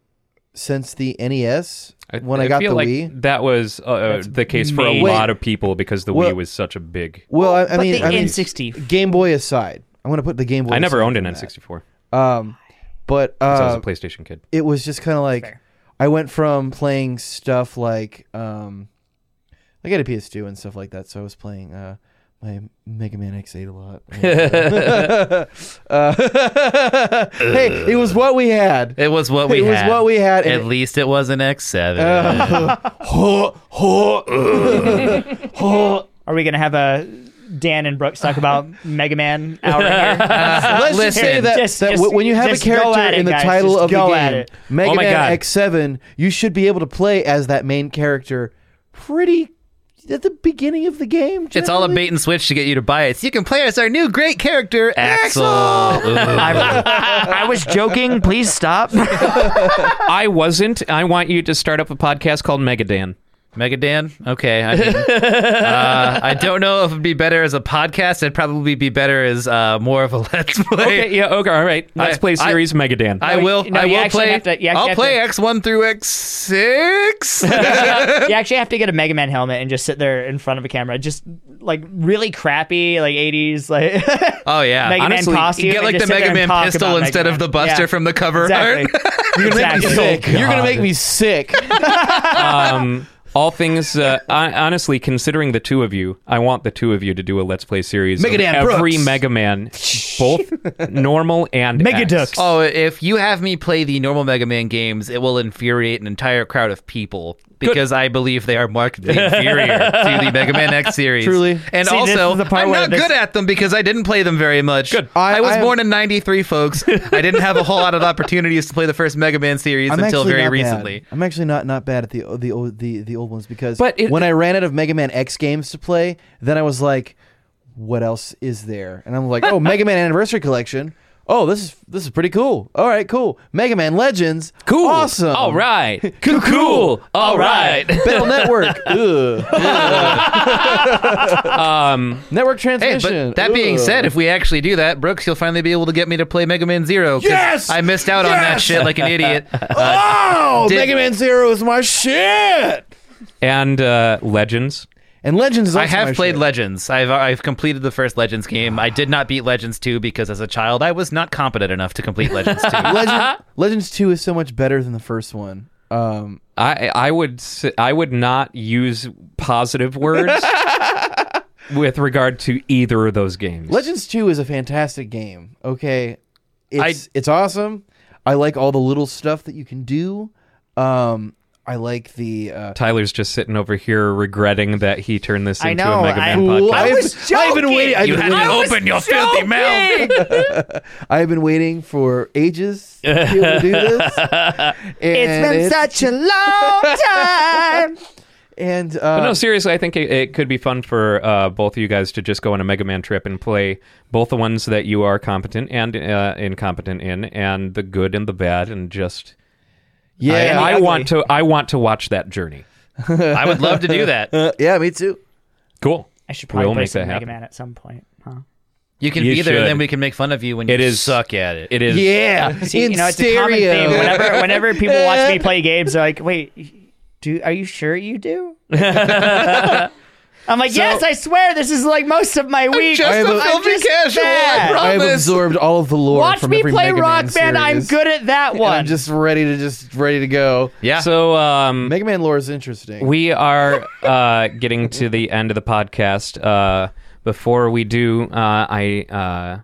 F: since the NES when I, got
C: feel
F: the
C: like
F: Wii.
C: That was uh, the case for a
E: major.
C: lot of people because the
F: Well-
C: Wii was such a big.
F: Well, I, I
E: but
F: mean,
E: the
F: I mean,
E: N64.
F: Game Boy aside, I'm gonna put the Game Boy.
C: I never
F: aside
C: owned an
F: from that.
C: N64.
F: Um, But
C: 'cause
F: uh,
C: I was a PlayStation kid.
F: it was just kind of like
E: Fair.
F: I went from playing stuff like um, I got a PS2 and stuff like that, so I was playing uh, my Mega Man X8 a lot. Uh, hey, it was what we had.
D: It was what we
F: it was
D: had.
F: what we had.
D: At
F: and-
D: least it was an X7.
E: Uh. Are we gonna have a Dan and Brooks talk about Mega Man hour here?
F: Let's just say
D: Listen.
F: that,
E: Just-
F: that
E: just-
F: when you have a
E: just go
F: character
E: at it,
F: in the
E: guys.
F: title
E: Just
F: of the
E: go at
F: game,
E: it.
F: Mega
C: Oh my
F: Man
C: God.
F: X7, you should be able to play as that main character pretty at the beginning of the game.
D: It's all a
F: generally.
D: bait and switch to get you to buy it. So you can play as our new great character, Axel.
I: I was joking. Please stop.
C: I wasn't. I want you to start up a podcast called Megadan.
D: Mega Dan? Okay. I, mean, uh, I don't know if it'd be better as a podcast. It'd probably be better as uh, more of a let's play.
C: Okay, yeah, okay, all right. Let's
D: I-
C: play
D: I-
C: series Megadan.
D: I
E: No,
D: will.
E: you- no,
D: I
E: you
D: will
E: actually
D: play.
E: have to- you actually
D: I'll
E: have
D: play
E: to-
D: X one through X six.
E: you actually have to get a Mega Man helmet and just sit there in front of a camera, just like really crappy, like '80s, like
D: oh yeah.
E: Mega Man
D: Honestly,
E: costume
D: you get
E: and
D: like
E: just
D: the
E: sit there
D: Mega Man
E: and talk
D: pistol
E: about Mega
D: instead of
E: Man.
D: the Buster
E: Yeah.
D: from the cover art.
E: exactly.
F: You're gonna
E: Exactly.
F: make me sick. You're gonna make me sick.
C: um, all things uh, hon- honestly, considering the two of you, I want the two of you to do a Let's Play series.
F: Mega
C: of
F: Dan
C: every
F: Brooks.
C: Mega Man, both normal and
E: Mega
C: X.
E: Ducks.
D: Oh, if you have me play the normal Mega Man games, it will infuriate an entire crowd of people because I believe they are markedly inferior to the Mega Man X series.
F: Truly.
D: and
E: See, this
D: also
E: is the part
D: I'm
E: where
D: not
E: this-
D: good at them because I didn't play them very much. Good.
F: I-
D: I, was
F: I am-
D: born in '93, folks. I didn't have a whole lot of opportunities to play the first Mega Man series until
F: actually
D: very
F: not bad.
D: recently.
F: I'm actually not not bad at the the old the, the old ones because
C: But it-
F: when I ran out of Mega Man X games to play, then I was like, what else is there? And I'm like, oh, Mega Man Anniversary Collection. Oh, this is this is pretty cool. All right, cool. Mega Man Legends.
C: Cool.
F: Awesome.
C: All right. Cool. cool. All right.
F: Battle Network. Ugh.
C: Um,
F: Network
D: Hey,
F: transmission.
D: but that being
F: Ugh.
D: said, if we actually do that, Brooks, you'll finally be able to get me to play Mega Man Zero. 'cause
F: Yes!
D: I missed out on that shit like an idiot.
C: uh,
F: oh,
D: did-
F: Mega Man Zero is my shit.
C: and uh, Legends.
F: And Legends. Is also
D: I have
F: my
D: played
F: shit.
D: Legends. I've uh, I've completed the first Legends game. I did not beat Legends 2 because as a child I was not competent enough to complete Legends 2.
F: Legend, Legends Two is so much better than the first one. Um,
C: I I would s- I would not use positive words with regard to either of those games.
F: Legends 2 is a fantastic game. Okay. It's
D: I-
F: it's awesome. I like all the little stuff that you can do. Um I like the uh
C: Tyler's just sitting over here regretting that he turned this
E: I
C: into
E: know,
C: a Mega
E: I-
C: Man podcast.
E: I was
F: I've been
E: joking!
F: waiting. I've
D: You
F: been
D: had to
F: waiting,
D: open your filthy mouth.
F: I've been waiting for ages to be able to do this. And
E: it's been such a long time.
F: and uh,
C: But no, seriously, I think it, it could be fun for uh, both of you guys to just go on a Mega Man trip and play both the ones that you are competent and uh, incompetent in, and the good and the bad, and just
F: yeah,
C: I, I want to I want to watch that journey.
D: I would love to do that.
F: Uh, yeah, me too.
C: Cool.
E: I should probably
C: We'll
E: play
C: make
E: some
C: that
E: Mega
C: happen.
E: Man at some point. Huh?
D: You can
C: You
D: be there and
C: should.
D: then we can make fun of you when
C: It
D: you
C: is-
D: suck at it.
C: It is.
F: Yeah,
E: See,
F: in
E: you know, it's a common
F: stereo.
E: thing. Whenever, whenever people watch me play games, they're like, "Wait, do are you sure you do?" I'm like, "Yes, I swear, this is like most of my week.
D: just
F: a
E: I'm
D: filthy casual, I
E: bad.
D: promise.
F: I have absorbed all of the lore
E: Watch
F: from
E: me
F: every
E: play
F: Mega
E: Rock
F: Man.
E: Band. I'm
F: series.
E: good at that
F: And I'm
E: one.
F: just ready to just ready to go.
D: yeah.
C: So um,
F: Mega Man lore is interesting.
C: we are uh, getting to the end of the podcast. Uh, before we do, uh, I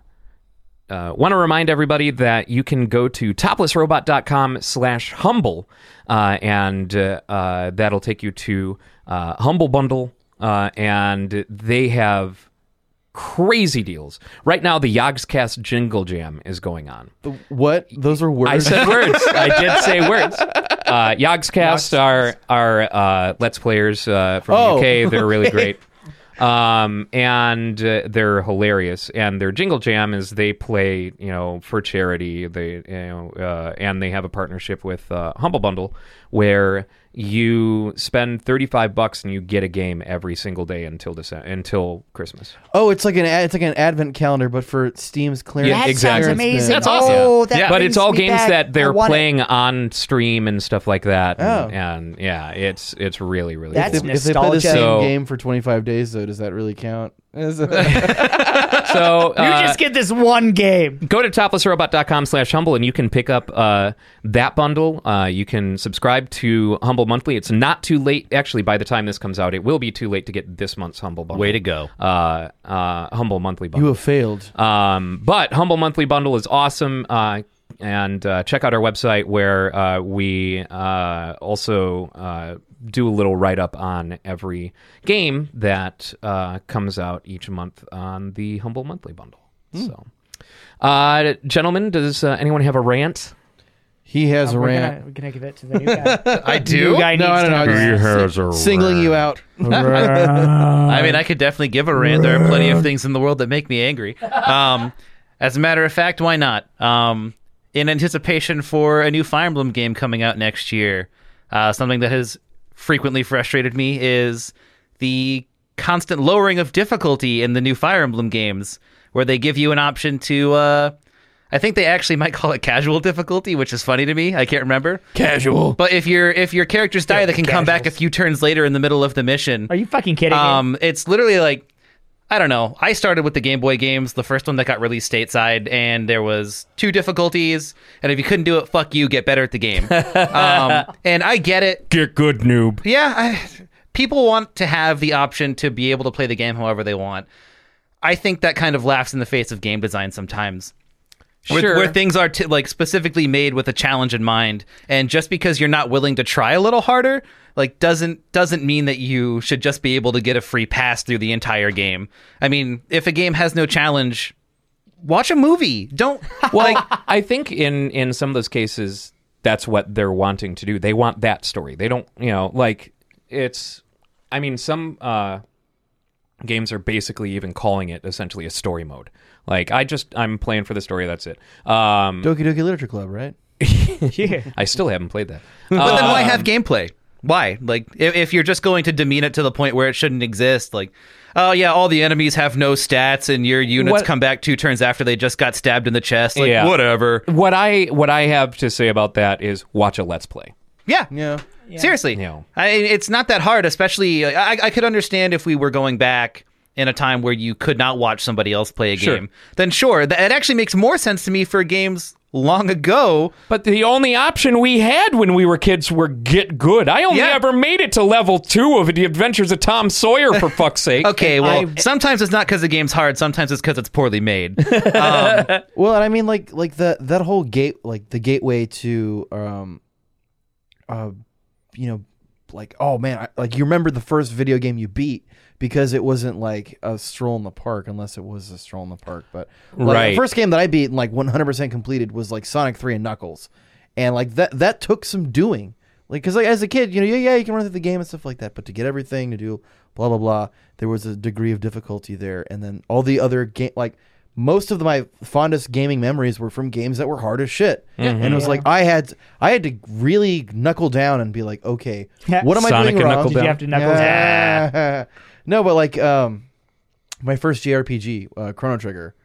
C: uh, uh, want to remind everybody that you can go to toplessrobot.com slash humble, uh, and uh, uh, that'll take you to uh, Humble Bundle, uh, and they have crazy deals. Right now, the Yogscast Jingle Jam is going on.
F: What? Those are words.
C: I said words. I did say words. Uh, Yogscast are are uh, let's players uh, from
F: Oh,
C: the UK. They're really great. Um, and uh, they're hilarious. And their jingle jam is they play you know for charity. They you know uh, and they have a partnership with uh, Humble Bundle where you spend 35 bucks and you get a game every single day until December, until Christmas.
F: Oh, it's like an ad- it's like an advent calendar, but for Steam's clearance.
C: Yeah,
E: that
C: exactly.
E: sounds amazing.
C: That's awesome.
E: oh, that
C: but
E: brings
C: it's all
E: me
C: games
E: back. I
C: that they're
E: want it.
C: playing on stream and stuff like that. And,
F: Oh.
C: and, yeah, it's it's really really
E: That's
C: cool.
F: If they play the
E: Nostalgia.
F: same
C: So-
F: game for 25 days, though, does that really count?
C: So
E: You
C: uh,
E: just get this one game.
C: go to toplessrobot.com slash humble and you can pick up uh, that bundle uh, you can subscribe to humble monthly it's not too late actually by the time this comes out it will be too late to get this month's humble bundle
D: Way to go.
C: uh, uh, humble monthly
F: You
C: bundle
F: have failed.
C: um, but humble monthly bundle is awesome uh, and uh, check out our website where uh, we uh, also uh, do a little write up on every game that uh, comes out each month on the Humble Monthly Bundle. So, uh, gentlemen, does uh, anyone have a rant?
F: He has a
E: Uh, Oh, We're
F: rant.
E: gonna, we're gonna give it to the new guy.
D: I
E: new
D: do.
E: guy
F: No,
E: needs
F: no,
E: to
F: no,
E: have
F: I
E: a
F: just-
E: rant.
B: Here's a
F: Singling you out.
D: I mean, I could definitely give a rant. There are plenty of things in the world that make me angry. Um, as a matter of fact, why not? Um, in anticipation for a new Fire Emblem game coming out next year, uh, something that has frequently frustrated me is the constant lowering of difficulty in the new Fire Emblem games, where they give you an option to. Uh, I think they actually might call it casual difficulty, which is funny to me. I can't remember.
F: Casual.
D: But if your if your characters die, they can come back a few turns later in the middle of the mission.
E: Are you fucking kidding me?
D: Um, it's literally like I don't know. I started with the Game Boy games, the first one that got released stateside, and there was two difficulties. And if you couldn't do it, fuck you, get better at the game. um, and I get it.
B: Get good, noob.
D: Yeah, I, people want to have the option to be able to play the game however they want. I think that kind of laughs in the face of game design sometimes. Where,
C: Sure.
D: where things are t- like specifically made with a challenge in mind, and just because you're not willing to try a little harder, like doesn't doesn't mean that you should just be able to get a free pass through the entire game. I mean, if a game has no challenge, watch a movie. Don't
C: Well, I think in in some of those cases, that's what they're wanting to do. They want that story. They don't, you know, like it's. I mean, some uh, games are basically even calling it essentially a story mode. Like I just I'm playing for the story. That's it. Um,
F: Doki Doki Literature Club, right?
E: yeah.
C: I still haven't played that.
D: But then why have
C: Um.
D: gameplay? Why? Like, if, if you're just going to demean it to the point where it shouldn't exist, like, oh yeah, all the enemies have no stats, and your units
C: What-
D: come back two turns after they just got stabbed in the chest. Like,
C: Yeah.
D: whatever.
C: What I what I have to say about that is watch a let's play.
D: Yeah.
F: Yeah.
D: Seriously.
C: Yeah.
D: I, it's not that hard, especially. uh, I, I could understand if we were going back in a time where you could not watch somebody else play a
C: Sure.
D: game. Then sure, that it actually makes more sense to me for games long ago
C: But the only option we had when we were kids were get good. I only
D: Yeah.
C: ever made it to level two of the Adventures of Tom Sawyer, for fuck's sake.
D: Okay, well, sometimes it's not because the game's hard. Sometimes it's because it's poorly made. Um,
F: Well, and I mean, like, like the that whole gate, like the gateway to, um, uh, you know, like, oh man, I, like you remember the first video game you beat because it wasn't like a stroll in the park, unless it was a stroll in the park. But like,
C: Right.
F: the first game that I beat and like 100% completed was like Sonic Three and Knuckles, and like that that took some doing. Like, cause like as a kid, you know, yeah, yeah, you can run through the game and stuff like that, but to get everything to do, blah blah blah, there was a degree of difficulty there, and then all the other game, like most of my fondest gaming memories were from games that were hard as shit, and it was like I had I had to really knuckle down and be like, okay,
E: Yeah.
F: what am
C: Sonic
F: I doing
C: and
F: wrong?
C: Knuckle
E: Did you have to knuckle down?
F: Yeah. no, but like um, my first JRPG, uh, Chrono Trigger,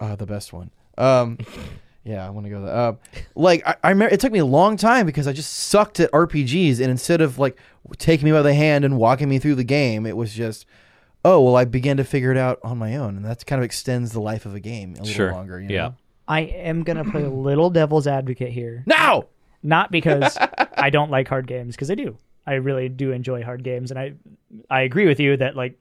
F: uh, the best one. Um, yeah, I want to go there. Uh, like I, I remember, it took me a long time because I just sucked at RPGs, and instead of like taking me by the hand and walking me through the game, it was just. Oh well, I began to figure it out on my own, and that kind of extends the life of a game a little
C: Sure.
F: longer. You
C: Yeah.
F: know?
E: I am gonna play a little devil's advocate here.
F: Now,
E: not because I don't like hard games because I do. I really do enjoy hard games, and I I agree with you that like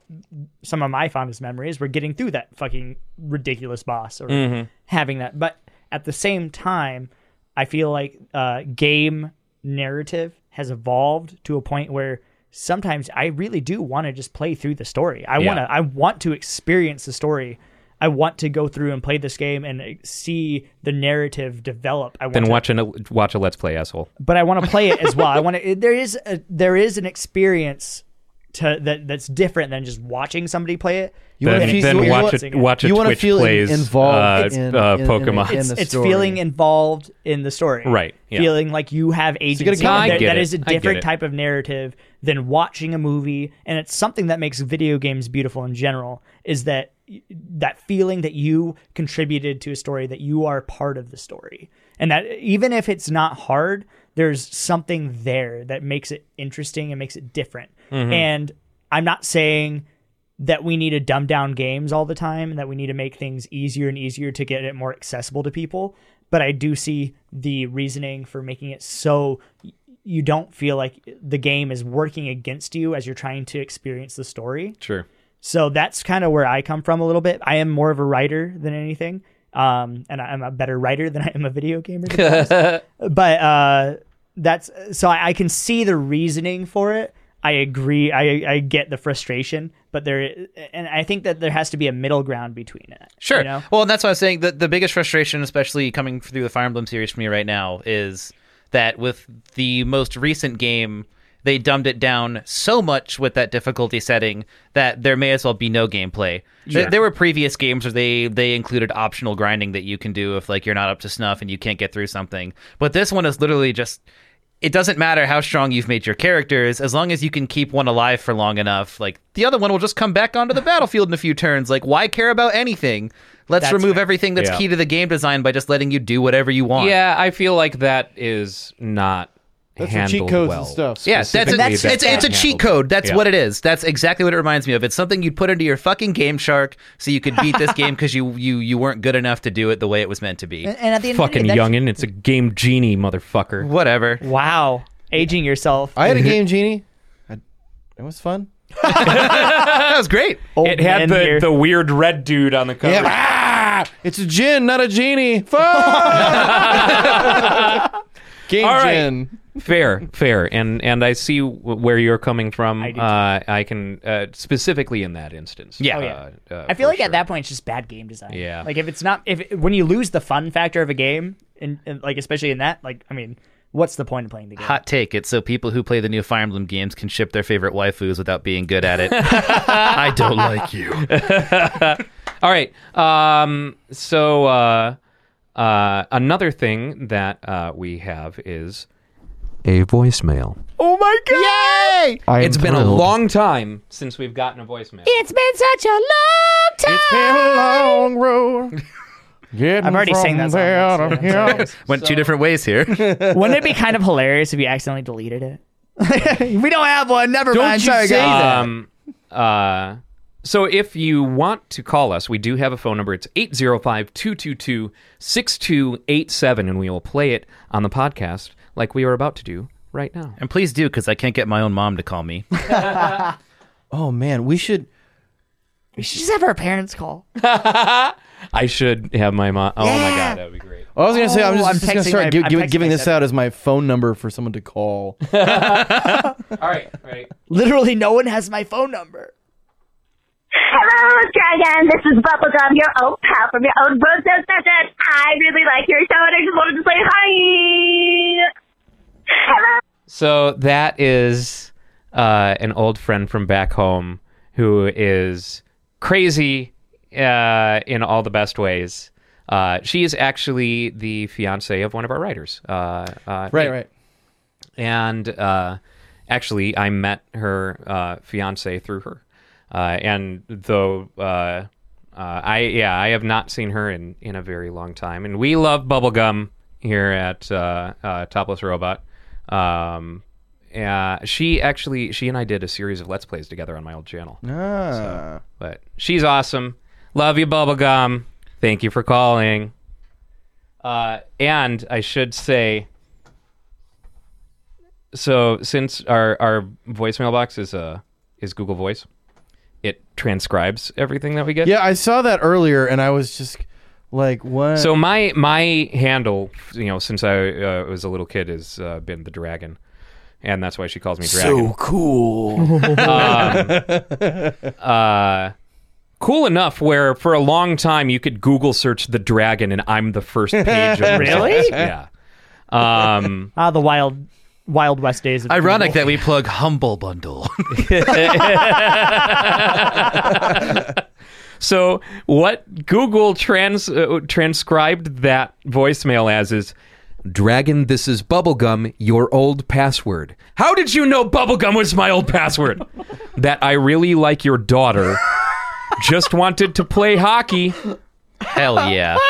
E: some of my fondest memories were getting through that fucking ridiculous boss or having that. But at the same time, I feel like uh, game narrative has evolved to a point where sometimes I really do want to just play through the story. I want to I want to experience the story. I want to go through and play this game and uh, see the narrative develop. I want
C: Then
E: to
C: watch a watch a let's play, asshole.
E: but I want to play it as well. I want to. There is a, there is an experience to that that's different than just watching somebody play it.
F: you
E: Then-
F: wanna feel-
E: then
F: you- you
E: watch
F: wa-
E: it- watch
F: you wanna feel in- involved
C: uh,
F: in,
C: uh,
F: in- in-
C: Pokemon.
F: in
E: It's,
F: the
E: it's
F: story.
E: feeling involved in the story,
C: Right, yeah.
E: Feeling like you have agency.
C: No, I
E: That-
C: get
E: that
C: it.
E: is
C: I
E: a
C: get
E: different
C: it.
E: type of narrative than watching a movie, and it's something that makes video games beautiful in general. Is that that feeling that you contributed to a story, that you are part of the story, and that even if it's not hard, there's something
C: Mm-hmm.
E: there that makes it interesting and makes it different. And I'm not saying that we need to dumb down games all the time and that we need to make things easier and easier to get it more accessible to people. But I do see the reasoning for making it so y- you don't feel like the game is working against you as you're trying to experience the story.
C: Sure.
E: So that's kind of where I come from a little bit. I am more of a writer than anything. Um, and I'm a better writer than I am a video gamer. to be honest. but uh, that's so I, I can see the reasoning for it. I agree. I, I get the frustration, but there, and I think that there has to be a middle ground between it.
D: Sure.
E: You know?
D: Well, and that's what I was saying. The, the biggest frustration, especially coming through the Fire Emblem series for me right now, is that with the most recent game, they dumbed it down so much with that difficulty setting that there may as well be no gameplay. There, there were previous games where they, they included optional grinding that you can do if like you're not up to snuff and you can't get through something. But this one is literally just it doesn't matter how strong you've made your characters as long as you can keep one alive for long enough like the other one will just come back onto the battlefield in a few turns like why care about anything let's
E: That's
D: remove
E: fair.
D: everything that's
C: Yeah.
D: key to the game design by just letting you do whatever you want
C: Yeah, I feel like that is not
F: That's for
C: handled
F: cheat codes
C: well.
F: and stuff.
D: yeah that's, a,
C: Specifically,
D: that's
C: that's
D: it's, it's a
C: not
D: cheat
C: handled.
D: code that's
C: Yeah.
D: what it is that's exactly what it reminds me of it's something you'd put into your fucking game shark so you could beat this game because you, you you weren't good enough to do it the way it was meant to be
E: And, and at the end, of the
C: Fucking
E: day, that's-
C: youngin, it's a game genie, motherfucker.
D: whatever
E: Wow, aging yourself.
F: I had a game genie. I, it was fun.
D: that was great
E: Old
C: It had
E: man
C: the,
E: here.
C: the weird red dude on the cover.
F: Ah, it's a gin, not a genie. Fuck. game
C: All right.
F: gin.
C: fair fair and and i see w- where you're coming from
E: I do too.
C: uh i can uh specifically in that instance
D: Yeah.
E: Oh,
C: uh,
E: yeah.
C: uh,
E: I feel
C: for
E: like
C: sure.
E: at that point it's just bad game design.
C: Yeah.
E: Like if it's not if when you lose the fun factor of a game and, and like especially in that like I mean what's the point of playing the game?
D: Hot take. It's so people who play the new Fire Emblem games can ship their favorite waifus without being good at it. I don't like you.
C: all right um so uh uh another thing that uh we have is
H: A voicemail.
C: oh my god yay
F: I am
C: it's been a
F: thrilled.
C: long time since we've gotten a voicemail
G: It's been such a long time.
F: It's been a long road. Getting
E: I've already
F: from
E: sang that song
F: there
E: once,
F: to
E: yeah, that's
F: here.
D: Went two different ways here.
E: Wouldn't it be kind of hilarious if you accidentally deleted it? we don't have one. Never
F: Don't
E: mind.
F: you
E: Sorry,
F: say
E: guys.
F: that.
C: Um, uh, so if you want to call us, we do have a phone number. It's 805-222-6287, and we will play it on the podcast like we are about to do right now.
D: And please do, because I can't get my own mom to call me.
F: Oh man, we should.
E: We should just have our parents call.
C: I should have my mom. Oh, my God, that would be great.
F: I was gonna say I'm
E: Oh,
F: just,
E: I'm
F: just gonna
E: texting
F: start
E: my-
F: gi-
E: I'm
F: giving-
E: texting
F: giving this
E: myself.
F: out as my phone number for someone to call.
C: All right, right.
E: Literally, no one has my phone number.
J: Hello, Dragon. This is Bubblegum, your old pal from your old road Zone session. I really like your show, and I just wanted to say hi. Hello.
C: So that is uh, an old friend from back home who is crazy uh, in all the best ways. Uh, she is actually the fiance of one of our writers. Uh, uh,
F: Right, right.
C: and uh, actually, I met her uh, fiance through her. Uh, and though uh, uh, I yeah, I have not seen her in in a very long time. And we love bubblegum here at uh, uh, Topless Robot. Um, uh, she actually she and I did a series of let's plays together on my old channel.
F: Ah.
C: But she's awesome. Love you, Bubblegum. Thank you for calling. Uh, and I should say so since our, our voicemail box is uh is Google Voice, it transcribes everything that we get.
F: Yeah, I saw that earlier, and I was just like, "What?"
C: So my my handle, you know, since I uh, was a little kid, has uh, been the dragon, and that's why she calls me dragon. Um,
H: cool.
C: uh, cool enough where for a long time you could Google search the dragon and I'm the first page. Of
E: Really?
C: results. Yeah. Um,
E: Ah, the wild, wild west days. Of
D: Ironic that we plug Humble Bundle.
C: so what Google trans uh, transcribed that voicemail as is.
H: Dragon, this is bubblegum, your old password.
C: How did you know bubblegum was my old password? that I really like your daughter. Just wanted to play hockey.
D: Hell yeah.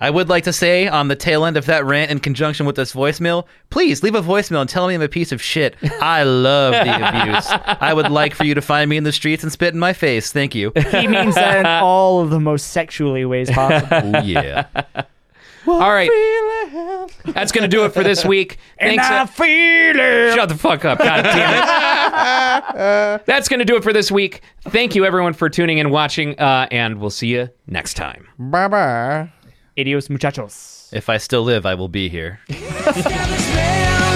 D: I would like to say on the tail end of that rant in conjunction with this voicemail, please leave a voicemail and tell me I'm a piece of shit. I love the abuse. I would like for you to find me in the streets and spit in my face. Thank you.
E: He means that in all of the most sexually ways possible.
D: Oh, yeah.
C: All right. That's going to do it for this week.
E: And
C: Thanks. uh,
E: I feel it.
C: Shut the fuck up. God damn it. That's going to do it for this week. Thank you, everyone, for tuning and watching, uh, and we'll see you next time.
F: Bye bye.
E: Adios, muchachos.
D: If I still live, I will be here.
K: Establishment.